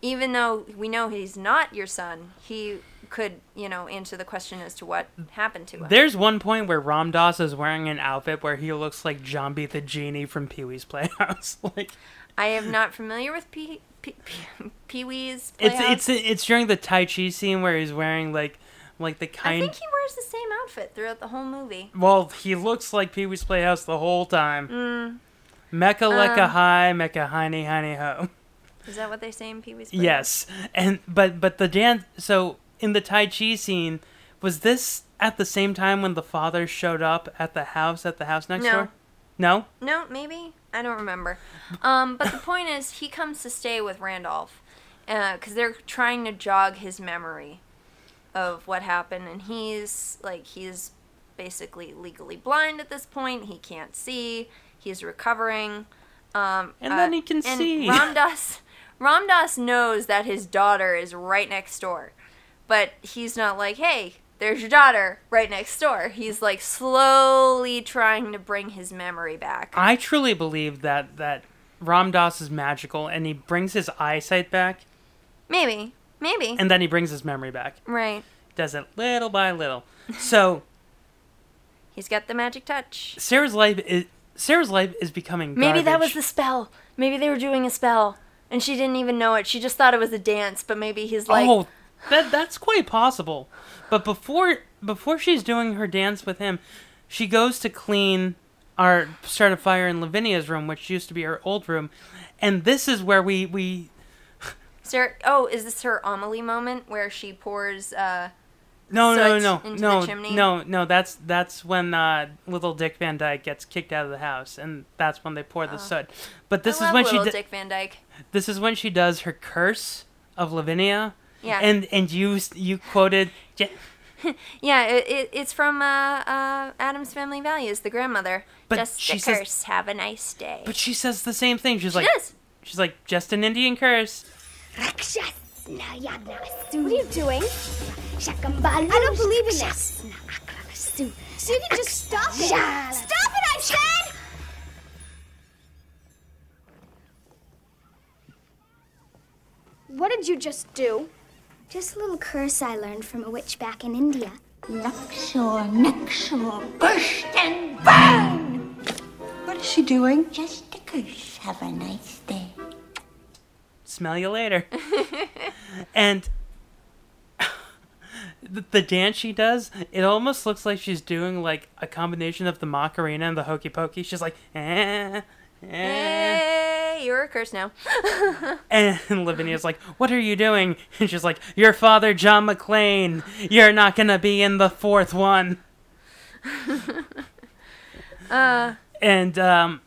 B: even though we know he's not your son. He could you know answer the question as to what happened to him.
A: There's one point where Ram Dass is wearing an outfit where he looks like Jambi the genie from Pee Wee's Playhouse. (laughs) like
B: I am not familiar with Pee Pee- Pee- Pee Wee's.
A: it's it's it's during the Tai Chi scene where he's wearing like like the
B: I
A: kind.
B: think he wears the same outfit throughout the whole movie.
A: Well, he looks like Pee Wee's Playhouse the whole time.
B: Mm. Um,
A: Mecha Lecca High, Mecha Hiney Hiney Ho. (laughs)
B: Is that what they say in Pee Wee's? Playhouse?
A: Yes, and but but the dance. So in the Tai Chi scene, was this at the same time when the father showed up at the house at the house next
B: No.
A: door? No.
B: No, maybe I don't remember. Um, but the point is, he comes to stay with Randolph because they're trying to jog his memory of what happened, and he's like he's basically legally blind at this point. He can't see. He's recovering. Um,
A: And then he can
B: and
A: see. (laughs)
B: Ramdas. Ramdas knows that his daughter is right next door, but he's not like, hey, there's your daughter right next door. He's like slowly trying to bring his memory back.
A: I truly believe that that Ram Dass is magical, and he brings his eyesight back,
B: Maybe. Maybe.
A: and then he brings his memory back.
B: right.
A: Does it little by little. So
B: He's got the magic touch.
A: Sarah's life is Sarah's life is becoming.
B: Maybe that was
A: garbage.
B: the spell. Maybe they were doing a spell. And she didn't even know it. She just thought it was a dance, but maybe he's like,
A: oh, that that's quite possible. But before before she's doing her dance with him, she goes to clean our start a fire in Lavinia's room, which used to be her old room, and this is where we we
B: Sarah, oh, is this her Amelie moment where she pours, uh,
A: no no
B: Soot
A: no
B: into the
A: no
B: chimney?
A: no no that's that's when uh, little Dick Van Dyke gets kicked out of the house, and that's when they pour the soot. But this
B: Oh. I
A: is
B: love
A: when she
B: little
A: d-
B: Dick Van Dyke.
A: this is when she does her curse of Lavinia.
B: Yeah.
A: And and you you quoted Je-
B: Yeah, it, it, it's from uh, uh, Adam's Family Values, the grandmother.
A: But
B: Just
A: she
B: the
A: says-
B: curse. Have a nice day.
A: But she says the same thing. She's like,
B: does.
A: she's like, just an Indian curse.
H: Rakshas Nayanasu. What are you doing? Shakambalu. I don't believe in this. Nakrakasu. you can just stop it. Stop it, I said! What did you just do? Just a little curse I learned from a witch back in India.
I: Luxor, Luxor, burst and burn! What is she doing? Just a goose. Have a nice day.
A: Smell you
B: (laughs)
A: later. and (laughs) the, the dance she does, it almost looks like she's doing like a combination of the Macarena and the Hokey Pokey. She's like, eh, eh.
B: Hey, you're a curse now. (laughs)
A: and (laughs) Lavinia's like, "What are you doing?" (laughs) And she's like, "Your father, John McClane. You're not gonna be in the fourth
B: (laughs)
A: one."
B: Uh,
A: and um,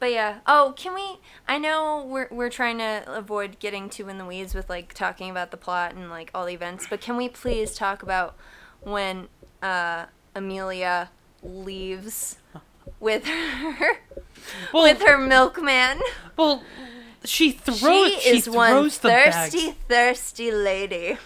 B: But yeah. Oh, can we? I know we're we're trying to avoid getting too in the weeds with like talking about the plot and like all the events. But can we please talk about when uh, Amelia
A: (laughs)
B: leaves with her
A: well,
B: with her milkman?
A: Well, she throws.
B: She,
A: She,
B: is
A: throws
B: one
A: the bags.
B: thirsty, thirsty lady.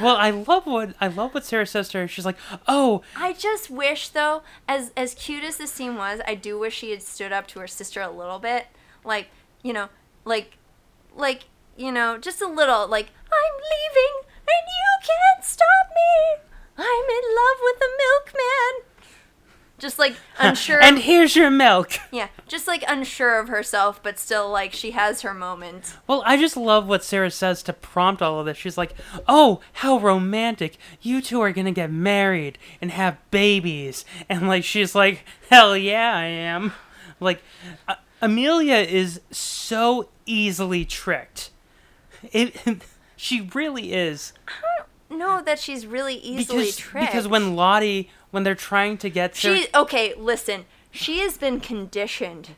A: Well, I love what I love what Sarah says to her. She's like, "Oh,
B: I just wish though, as as cute as this scene was, I do wish she had stood up to her sister a little bit. Like, you know, like like, you know, just a little like, I'm leaving and you can't stop me. I'm in love with the milkman.
A: (laughs)
B: just like unsure.
A: And here's your milk.
B: yeah, just like unsure of herself, but still like she has her moment.
A: Well, I just love what Sarah says to prompt all of this. She's like, "Oh, how romantic! You two are gonna get married and have babies," and like she's like, "Hell yeah, I am." Like, uh, Amelia is so easily tricked. It, (laughs) she really is
B: No, that she's really easily
A: because
B: tricked.
A: because when Lottie, when they're trying to get Sarah,
B: She okay, listen. She has been conditioned.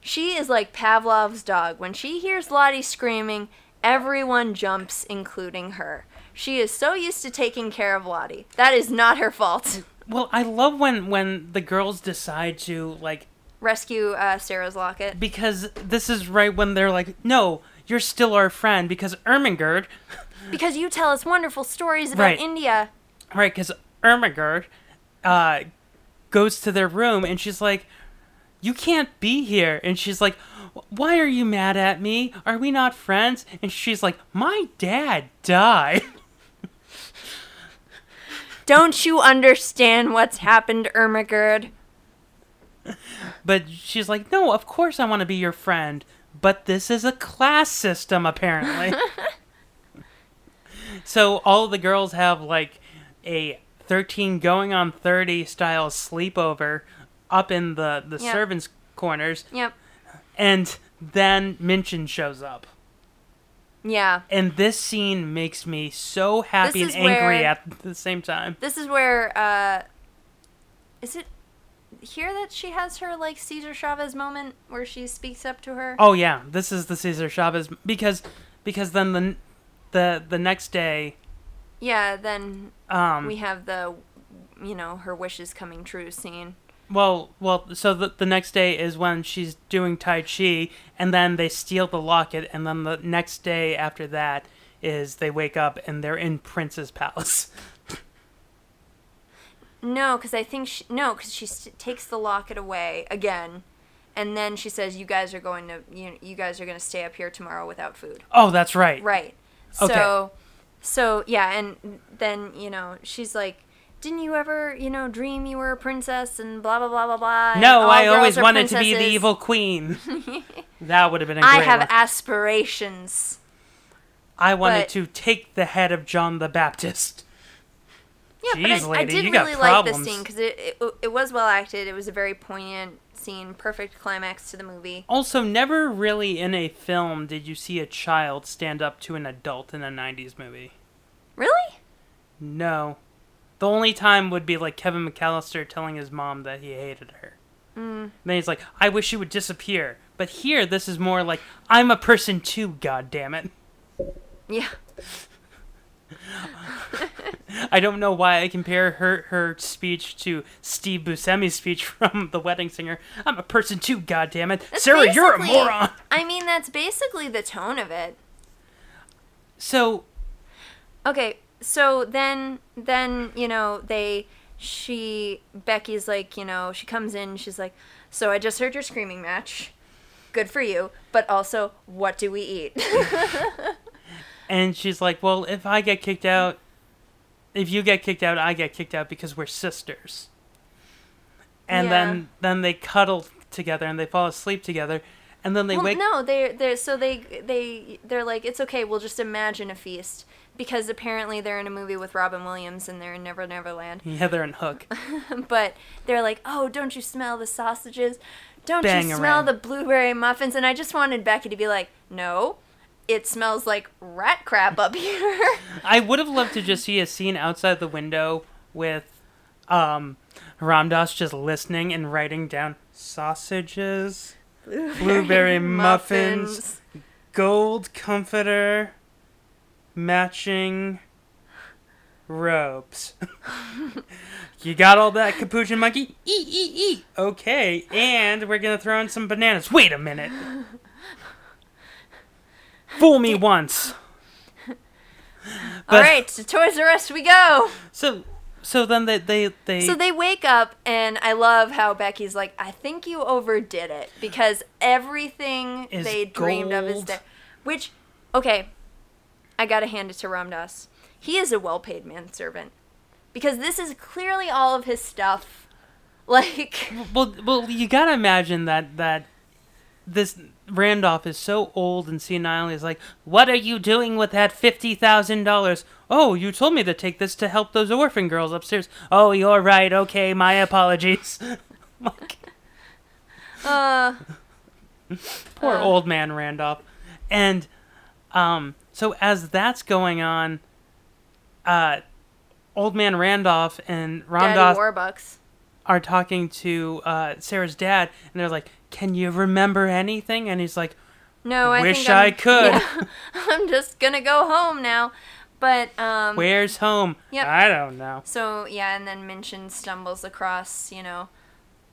B: She is like Pavlov's dog. When she hears Lottie screaming, everyone jumps, including her. She is so used to taking care of Lottie. That is not her fault.
A: well, I love when when the girls decide to like
B: Rescue uh, Sarah's locket.
A: because this is right when they're like, "No, you're still our friend," because Ermengarde.
B: Because you tell us wonderful stories about
A: Right.
B: India.
A: Right, because Ermengarde uh, goes to their room and she's like, You can't be here. And she's like, Why are you mad at me? Are we not friends? And she's like, My dad died. (laughs)
B: Don't you understand what's happened, Ermagerd?
A: But she's like, No, of course I want to be your friend. But this is a class system,
B: (laughs)
A: apparently. so all the girls have like a 13 going on 30 style sleepover up in the, the
B: Yeah.
A: servants' corners.
B: Yep.
A: And then Minchin shows up.
B: Yeah.
A: And this scene makes me so happy
B: This
A: and
B: is
A: angry
B: where-
A: at the same time.
B: This is where uh is it here that she has her like Cesar Chavez moment where she speaks up to her?
A: Oh yeah, this is the Cesar Chavez because because then the the the next day
B: Yeah, then
A: um
B: we have the you know, her wishes coming true scene.
A: well well so the, the next day is when she's doing tai chi and then they steal the locket and then the next day after that is they wake up and they're in Prince's palace. (laughs)
B: No, cuz I think she no, cuz she st- takes the locket away again. And then she says you guys are going to you, you guys are going to stay up here tomorrow without food.
A: Oh, that's right.
B: Right.
A: Okay.
B: So so yeah, and then, you know, she's like didn't you ever, you know, dream you were a princess and blah blah blah blah blah? and
A: No,
B: all
A: I
B: girls
A: always
B: are
A: wanted to be the
B: princesses.
A: evil
B: (laughs)
A: queen. that would have been a great
B: I have
A: one.
B: aspirations.
A: I wanted
B: but-
A: to take the head of John the Baptist.
B: Yeah,
A: Jeez,
B: but I, I
A: lady,
B: did
A: you got
B: really like this
A: problems.
B: scene because it, it it was well acted. It was a very poignant scene, perfect climax to the movie.
A: Also, never really in a film did you see a child stand up to an adult in a 90s movie.
B: Really?
A: No. The only time would be like Kevin McAllister telling his mom that he hated her. Mm. Then he's like, I wish you would disappear. But here, this is more like, I'm a person too, goddammit. (laughs)
B: Yeah.
A: I don't know why I compare her her speech to Steve Buscemi's speech (laughs) from The Wedding Singer. I'm a person too, goddammit. Sarah, you're a
B: Basically-
A: moron.
B: I mean, that's basically the tone of it.
A: So
B: Okay, so then then, you know, they she Becky's like, you know, she comes in, she's like, "So I just heard your screaming match. Good for you, but also what do we eat?"
A: And she's like, "Well, if I get kicked out, if you get kicked out, I get kicked out because we're sisters." And
B: Yeah.
A: then then they cuddle together and they fall asleep together, and then they
B: (laughs) Well,
A: wake.
B: no, they they so they they they're like it's okay. We'll just imagine a feast because apparently they're in a movie with Robin Williams and they're in Never Never Land.
A: Yeah, they're in
B: (laughs)
A: Hook.
B: But they're like, oh, don't you smell the sausages? Don't you
A: Bangarang.
B: smell the blueberry muffins? And I just wanted Becky to be like, no, it smells like rat crap up (laughs) here.
A: I would have loved to just see a scene outside the window with, um, Ramdas just listening and writing down
B: (laughs)
A: sausages, blueberry muffins, gold comforter, matching robes. (laughs) you got all that, capuchin monkey? E e e. Okay, and we're gonna throw in some bananas. Wait a (laughs) minute. Fool me once.
B: All right, to Toys R Us we go.
A: So, so then they they they.
B: So they wake up, and I love how Becky's like, I think you overdid it because everything
A: Is
B: they dreamed of is
A: gold.
B: there. Which, okay, I gotta hand it to Ramdas. He is a well paid manservant because this is clearly all of his stuff. (laughs) Like,
A: Well, well, you gotta imagine that that this Randolph is so old and senile. He's like, "What are you doing with that fifty thousand dollars? Oh, you told me to take this to help those orphan girls upstairs. Oh, you're right. Okay, my apologies." (laughs) like,
B: uh,
A: poor old man Randolph. And um, so as that's going on, uh, old man Randolph and
B: Daddy
A: Randolph
B: Warbucks.
A: are talking to uh, Sarah's dad, and they're like, "Can you remember anything?" And he's like,
B: No, Oh, I
A: "Wish
B: think
A: I
B: I'm-
A: could.
B: (laughs) I'm just gonna go home now. But um,
A: Where's home?
B: Yep.
A: I don't know."
B: So yeah, and then Minchin stumbles across, you know,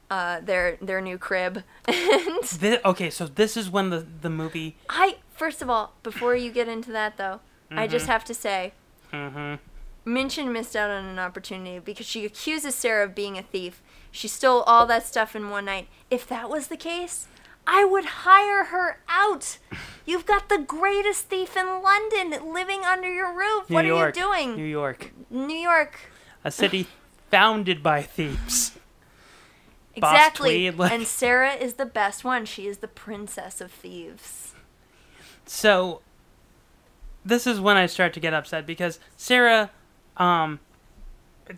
B: uh, their their new crib, (laughs) and
A: Thi- okay, so this is when the the movie.
B: I first of all, before you get into that though, I just
A: Mm-hmm.
B: have to say, Minchin missed out on an opportunity because she accuses Sarah of being a thief. She stole all that stuff in one night. If that was the case, I would hire her
A: (laughs)
B: out. You've got the greatest thief in London living under your roof.
A: New
B: what
A: York,
B: are you doing?
A: New York,
B: New York.
A: a city founded by thieves. Boss
B: Exactly.
A: Tweed, like-
B: And Sarah is the best one. She is the princess of thieves.
A: So this is when I start to get upset because Sarah, um,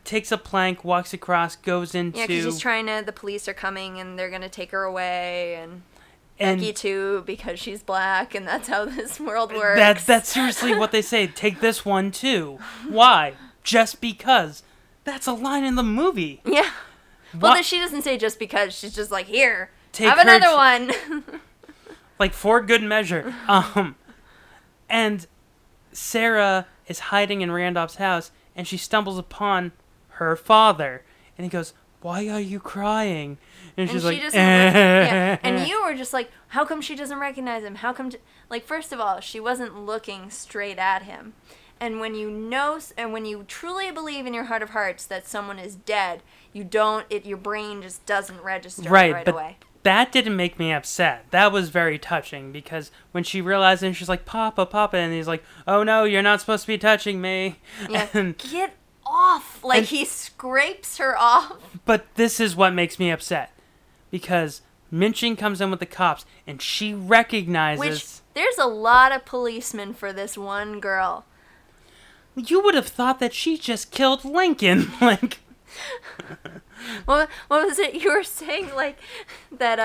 A: takes a plank, walks across, goes into
B: Yeah, because she's trying to. The police are coming and they're going to take her away. And,
A: and
B: Becky, too, because she's black and that's how (laughs) this world works.
A: That's that's seriously what they say. Take this one too. Why? Just because. That's a line in the movie.
B: (laughs) Yeah. Well,
A: Wha-
B: no, she doesn't say just because. She's just like, here,
A: Take
B: have
A: her
B: another
A: to-
B: one. (laughs)
A: like for good measure. Um, and Sarah is hiding in Randolph's house, and she stumbles upon her father, and he goes, "Why are you crying?" And
B: and
A: she's
B: she
A: like,
B: doesn't.
A: (laughs)
B: rec- yeah. And you were just like, how come she doesn't recognize him? How come? T-? Like, first of all, she wasn't looking straight at him. And when you know, s- and when you truly believe in your heart of hearts that someone is dead, you don't. It your brain just doesn't register
A: right,
B: right,
A: but
B: away.
A: that didn't make me upset. That was very touching because when she realized, and she's like, "Papa, Papa," and he's like, "Oh no, you're not supposed to be touching me."
B: Yeah.
A: (laughs) And-
B: Get off! Like he scrapes her (laughs) off.
A: But this is what makes me upset because Minchin comes in with the cops and she
B: Which
A: recognizes.
B: there's a lot of policemen for this one girl.
A: you would have thought that she just killed Lincoln. (laughs) like,
B: What, what was it you were saying? Like that?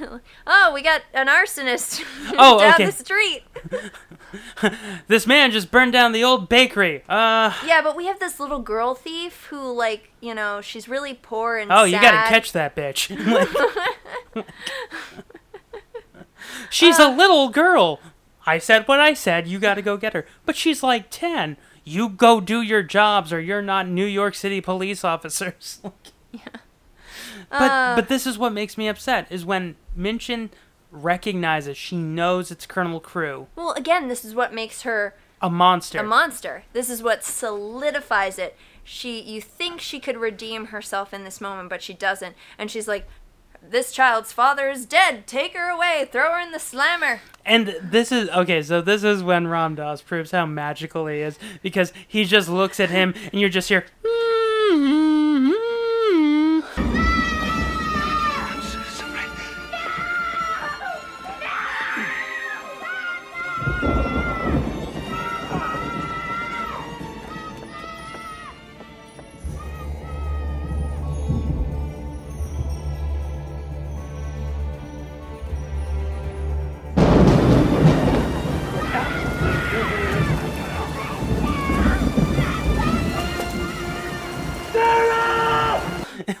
B: Uh, oh, we got an arsonist (laughs)
A: Oh,
B: down
A: okay.
B: the street.
A: this man just burned down the old bakery. Uh,
B: Yeah, but we have this little girl thief who, like, you know, she's really poor and
A: oh,
B: sad.
A: you gotta catch that bitch. Like- she's a little girl. I said what I said. You gotta go get her. But she's like 10. You go do your jobs or you're not New York City police officers. (laughs) Like- but but this is what makes me upset is when Minchin recognizes she knows it's Colonel Crew,
B: Well, again, this is what makes her
A: a monster.
B: a monster. This is what solidifies it. She, you think she could redeem herself in this moment, but she doesn't, and she's like, "This child's father is dead. Take her away. Throw her in the slammer."
A: and this is okay, so this is when Ram Dass proves how magical he is because he just looks at him and you're just here (laughs)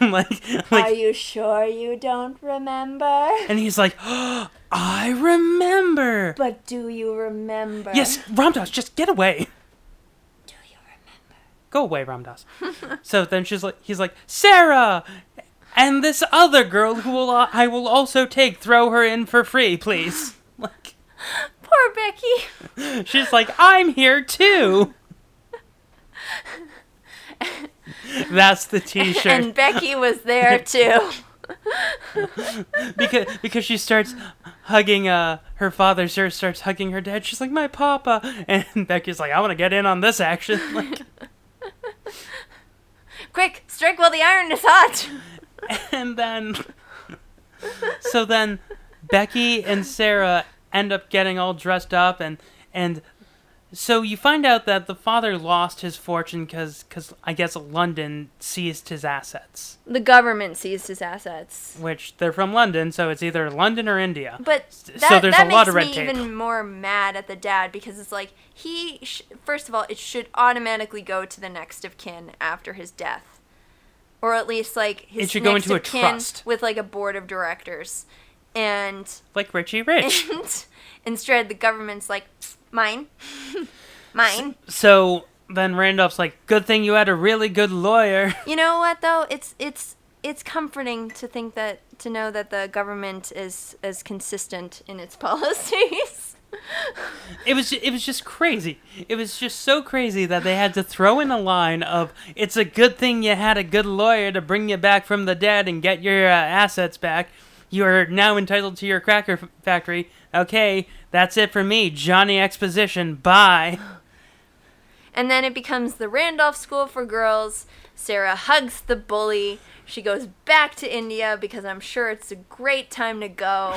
A: like like
B: Are you sure you don't remember?
A: And he's like, "Oh, I remember.
B: But do you remember?
A: Yes, Ramdas, just get away. Do you remember? Go away, Ramdas. (laughs) so then she's like, he's like, Sarah, and this other girl who will I will also take, throw her in for free, please. (laughs) like,
B: Poor Becky.
A: she's like, I'm here too. That's the T-shirt.
B: And Becky was
A: (laughs)
B: there too.
A: because because she starts hugging uh her father Sarah starts hugging her dad she's like my papa and (laughs) Becky's like I want to get in on this action (laughs) like
B: Quick, strike while the iron is hot.
A: and then so then Becky and Sarah end up getting all dressed up and and so you find out that the father lost his fortune cuz cuz I guess London seized his assets,
B: The government seized his assets.
A: which they're from London, so it's either London or India.
B: But
A: S-
B: that,
A: so there's
B: that
A: a lot
B: makes
A: of red
B: me
A: tape.
B: even more mad at the dad because it's like he, sh- first of all, it should automatically go to the next of kin after his death, or at least like his
A: It should
B: next
A: go into
B: of
A: a
B: kin
A: trust.
B: with like a board of directors, and
A: like Richie Rich. (laughs)
B: and (laughs) instead the government's like mine, mine.
A: so then Randolph's like, "Good thing you had a really good lawyer." (laughs)
B: You know what though? It's it's it's comforting to think that to know that the government is is consistent in its (laughs) policies.
A: It was it was just crazy. It was just so crazy that they had to throw in a line of it's a good thing you had a good lawyer to bring you back from the dead and get your uh, assets back. You are now entitled to your cracker f- factory. Okay, that's it for me. Johnny Exposition. Bye. (gasps)
B: And then it becomes the Randolph School for Girls. Sarah hugs the bully. She goes back to India because I'm sure it's a great time
A: (laughs)
B: to go.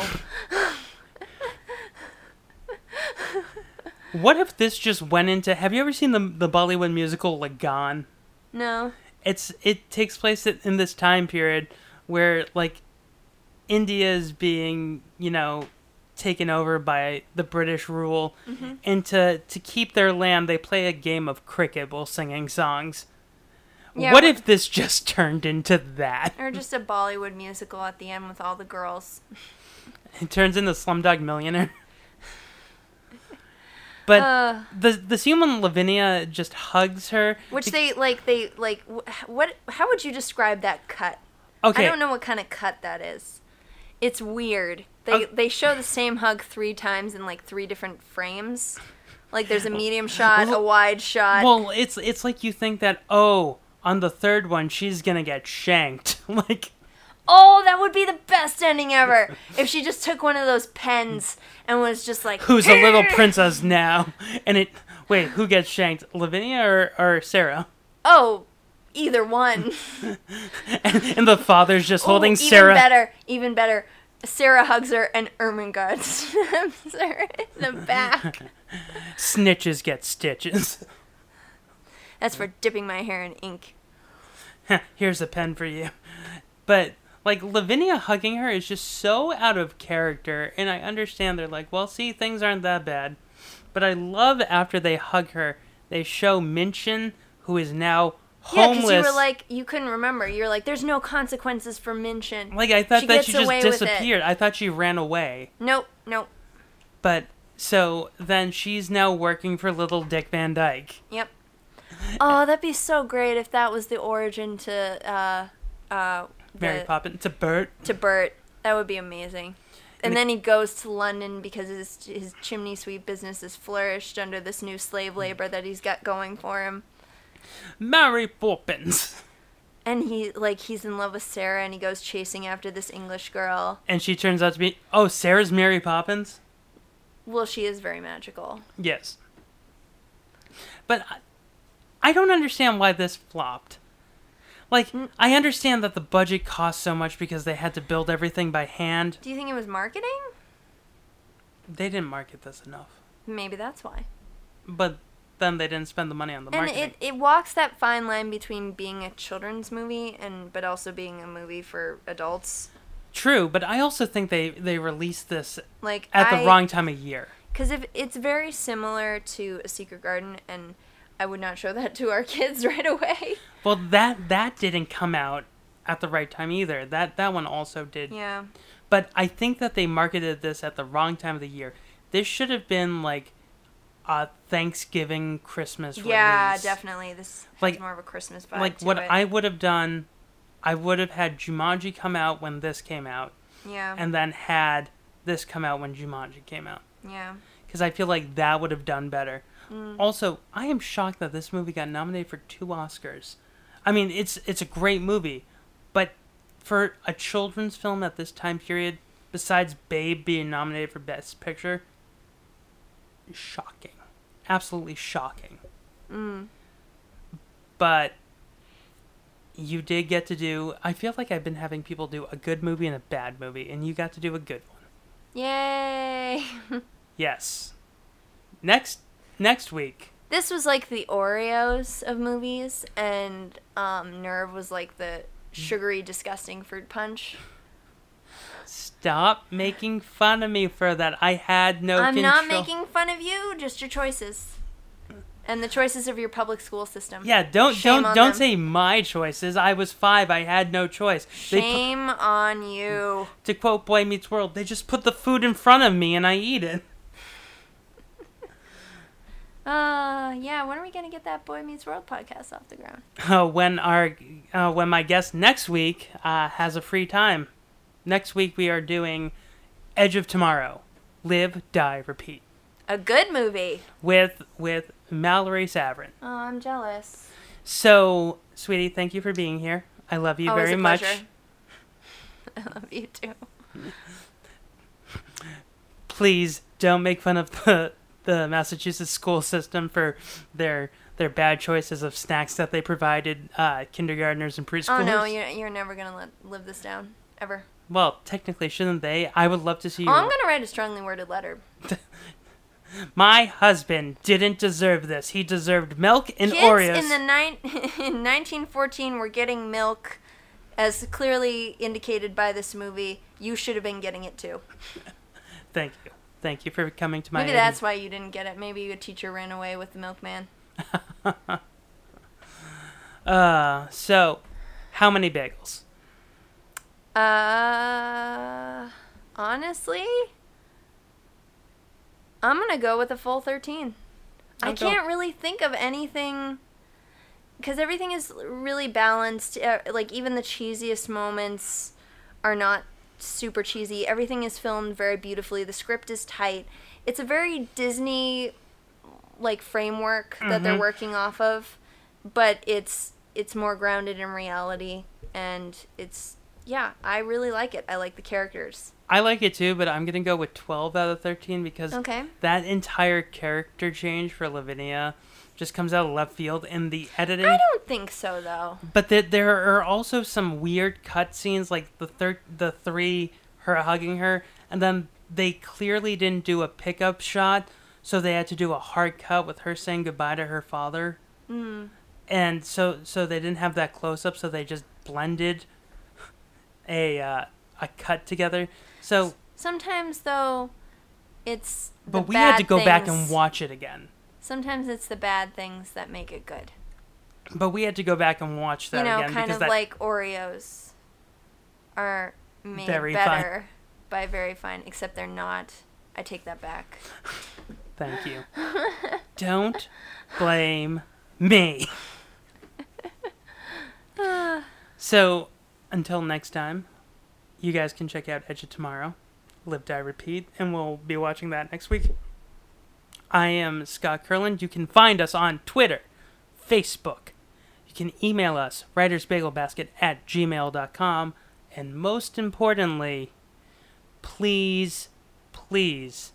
A: What if this just went into Have you ever seen the the Bollywood musical Lagan?
B: No.
A: it's it takes place in in this time period where like India is being you know taken over by the British rule,
B: Mm-hmm.
A: and to to keep their land, they play a game of cricket while singing songs.
B: Yeah,
A: what
B: wha-
A: if this (laughs) just turned into that? (laughs)
B: Or just a Bollywood musical at the end with all the girls.
A: It turns into Slumdog Millionaire. (laughs) But
B: Uh.
A: the the scene when Lavinia just hugs her,
B: Which
A: be-
B: they like they like wh- what how would you describe that cut?
A: okay,
B: I don't know what kind of cut that is. It's weird. They
A: Oh.
B: they show the same hug 3 times in like 3 different frames. Like there's a medium shot, a wide shot.
A: Well, it's it's like you think that oh, on the third one she's gonna get shanked. (laughs) like
B: Oh, that would be the best ending
A: (laughs)
B: ever if she just took one of those pens and was just like,
A: who's a
B: (laughs)
A: little princess now? And it wait, who gets shanked, Lavinia or, or Sarah?
B: "Oh, either one."
A: And the father's just (laughs) holding
B: Ooh,
A: Sarah.
B: Oh, Even better, even better. Sarah hugs her and Ermengarde (laughs) stabs her in
A: (laughs)
B: the back.
A: Snitches get stitches. (laughs)
B: That's for dipping my hair in ink.
A: Here's a pen for you. But like Lavinia hugging her is just so out of character, and I understand they're like, well, see, things aren't that bad. But I love after they hug her, they show Minchin, who is now
B: Yeah,
A: homeless.
B: because you were like, you couldn't remember. You're like, there's no consequences for mention.
A: Like I thought
B: She
A: that
B: gets
A: she just
B: away with it.
A: disappeared. I thought she ran away.
B: Nope, nope.
A: But so then she's now working for little Dick Van Dyke.
B: Yep. Oh, that'd be so great if that was the origin to uh, uh,
A: Mary
B: the-
A: Poppins to Bert.
B: to Bert. That would be amazing. And then he goes to London because his his chimney sweep business has flourished under this new slave
A: Mm.
B: labor that he's got going for him.
A: Mary Poppins.
B: And he like he's in love with Sarah and he goes chasing after this English girl.
A: And she turns out to be oh, Sarah's Mary Poppins?
B: Well, she is very magical.
A: Yes. But I- I don't understand why this flopped. Like,
B: Mm.
A: I understand that the budget cost so much because they had to build everything by hand.
B: Do you think it was marketing?
A: They didn't market this enough.
B: Maybe that's why.
A: But then they didn't spend the money on the marketing.
B: And it, it walks that fine line between being a children's movie and but also being a movie for adults.
A: True, but I also think they they released this
B: Like
A: at
B: I-
A: the wrong time of year.
B: Because if it's very similar to a secret garden, and I would not show that to our (laughs) kids right away.
A: Well, that that didn't come out at the right time either. That that one also did.
B: Yeah.
A: But I think that they marketed this at the wrong time of the year. This should have been like a Thanksgiving Christmas
B: Yeah,
A: release.
B: definitely. This has
A: Like-
B: more of a Christmas vibe.
A: Like
B: to
A: what
B: it.
A: I would have done, I would have had Jumanji come out when this came out,
B: Yeah.
A: and then had this come out when Jumanji came out.
B: yeah.
A: because I feel like that would have done better. Also, I am shocked that this movie got nominated for two Oscars. I mean, it's it's a great movie, but for a children's film at this time period, besides Babe being nominated for Best Picture, shocking, absolutely shocking. But you did get to do. I feel like I've been having people do a good movie and a bad movie, and you got to do a good one.
B: Yay! (laughs)
A: Yes. Next next week.
B: this was like the Oreos of movies, and um, Nerve was like the
A: Mm.
B: sugary, disgusting fruit punch.
A: Stop making fun of me for that. I had no
B: I'm
A: control.
B: not making fun of you, just your choices. And the choices of your public school system.
A: Yeah, don't
B: Shame
A: don't
B: on
A: don't
B: them.
A: say my choices. I was five. I had no choice. They put,
B: Shame on you.
A: to quote Boy Meets World, they just put the food in front of me and I eat it. (laughs) Mm.
B: Uh, yeah, when are we going to get that Boy Meets World podcast off the ground?
A: Uh, when our uh, when my guest next week uh, has a free time. Next week we are doing Edge of Tomorrow, Live, Die, Repeat
B: A good movie.
A: with with Mallory Savrin.
B: Oh, I'm jealous.
A: So, sweetie, thank you for being here. I love you
B: Always
A: very
B: a
A: much.
B: Oh, pleasure. (laughs) I love you too.
A: Please don't make fun of the the Massachusetts school system for their their bad choices of snacks that they provided uh, kindergartners and preschoolers.
B: Oh no, you're, you're never going to let live this down. Ever.
A: Well, technically, shouldn't they? I would love to see.
B: Oh, I'm
A: your-
B: going to write a strongly worded letter.
A: My husband didn't deserve this. He deserved milk and
B: Kids
A: Oreos.
B: in the nine (laughs) in 1914 were getting milk, as clearly indicated by this movie. You should have been getting it too.
A: Thank you. Thank you for coming to my.
B: Maybe
A: aid.
B: that's why you didn't get it. Maybe your teacher ran away with the milkman.
A: Uh, so, how many bagels?
B: Uh, honestly, I'm gonna go with a full 13. I
A: Okay.
B: can't really think of anything because everything is really balanced. Uh, like even the cheesiest moments are not super cheesy. Everything is filmed very beautifully. The script is tight. It's a very Disney like framework that they're working off of, but it's it's more grounded in reality and it's yeah, I really like it. I like the characters.
A: I like it too, but I'm gonna go with 12 out of 13 because
B: Okay.
A: that entire character change for Lavinia just comes out of left field in the editing.
B: I don't think so though.
A: But the, there are also some weird cutscenes, like the thir- the three her hugging her, and then they clearly didn't do a pickup shot, so they had to do a hard cut with her saying goodbye to her father. Mm. And so so they didn't have that close up, so they just blended a uh, a cut together. So,
B: Sometimes though, it's the
A: but we had
B: bad
A: to go back
B: things-
A: and watch it again.
B: Sometimes it's the bad things that make it good.
A: But we had to go back and watch that
B: you know,
A: again
B: kind
A: because
B: of
A: that
B: like Oreos are made
A: Very fine.
B: better by very fine, except they're not. I take that back.
A: Thank you. Don't blame me. so, until next time, you guys can check out Edge of Tomorrow, Live, Die, Repeat, and we'll be watching that next week. I am Scott Curland. You can find us on Twitter, Facebook. You can email us, writersbagelbasket at gmail.com. And most importantly, please, please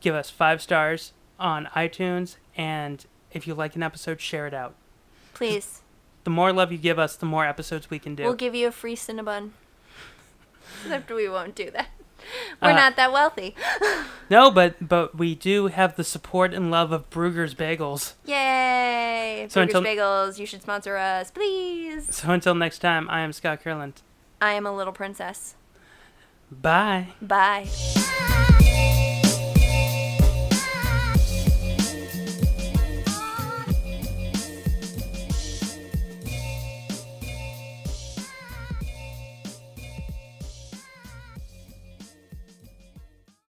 A: give us five stars on iTunes, and if you like an episode, share it out. (laughs)
B: Please,
A: The more love you give us, the more episodes we can do.
B: we'll give you a free Cinnabon. (laughs) except we won't do that. We're
A: Uh,
B: not that wealthy.
A: no, but but we do have the support and love of Brugger's Bagels. (laughs)
B: Yay!
A: So
B: Burgers
A: until-
B: Bagels, you should sponsor us, please.
A: So until next time, I am Scott Curland.
B: I am a little princess.
A: Bye.
B: Bye.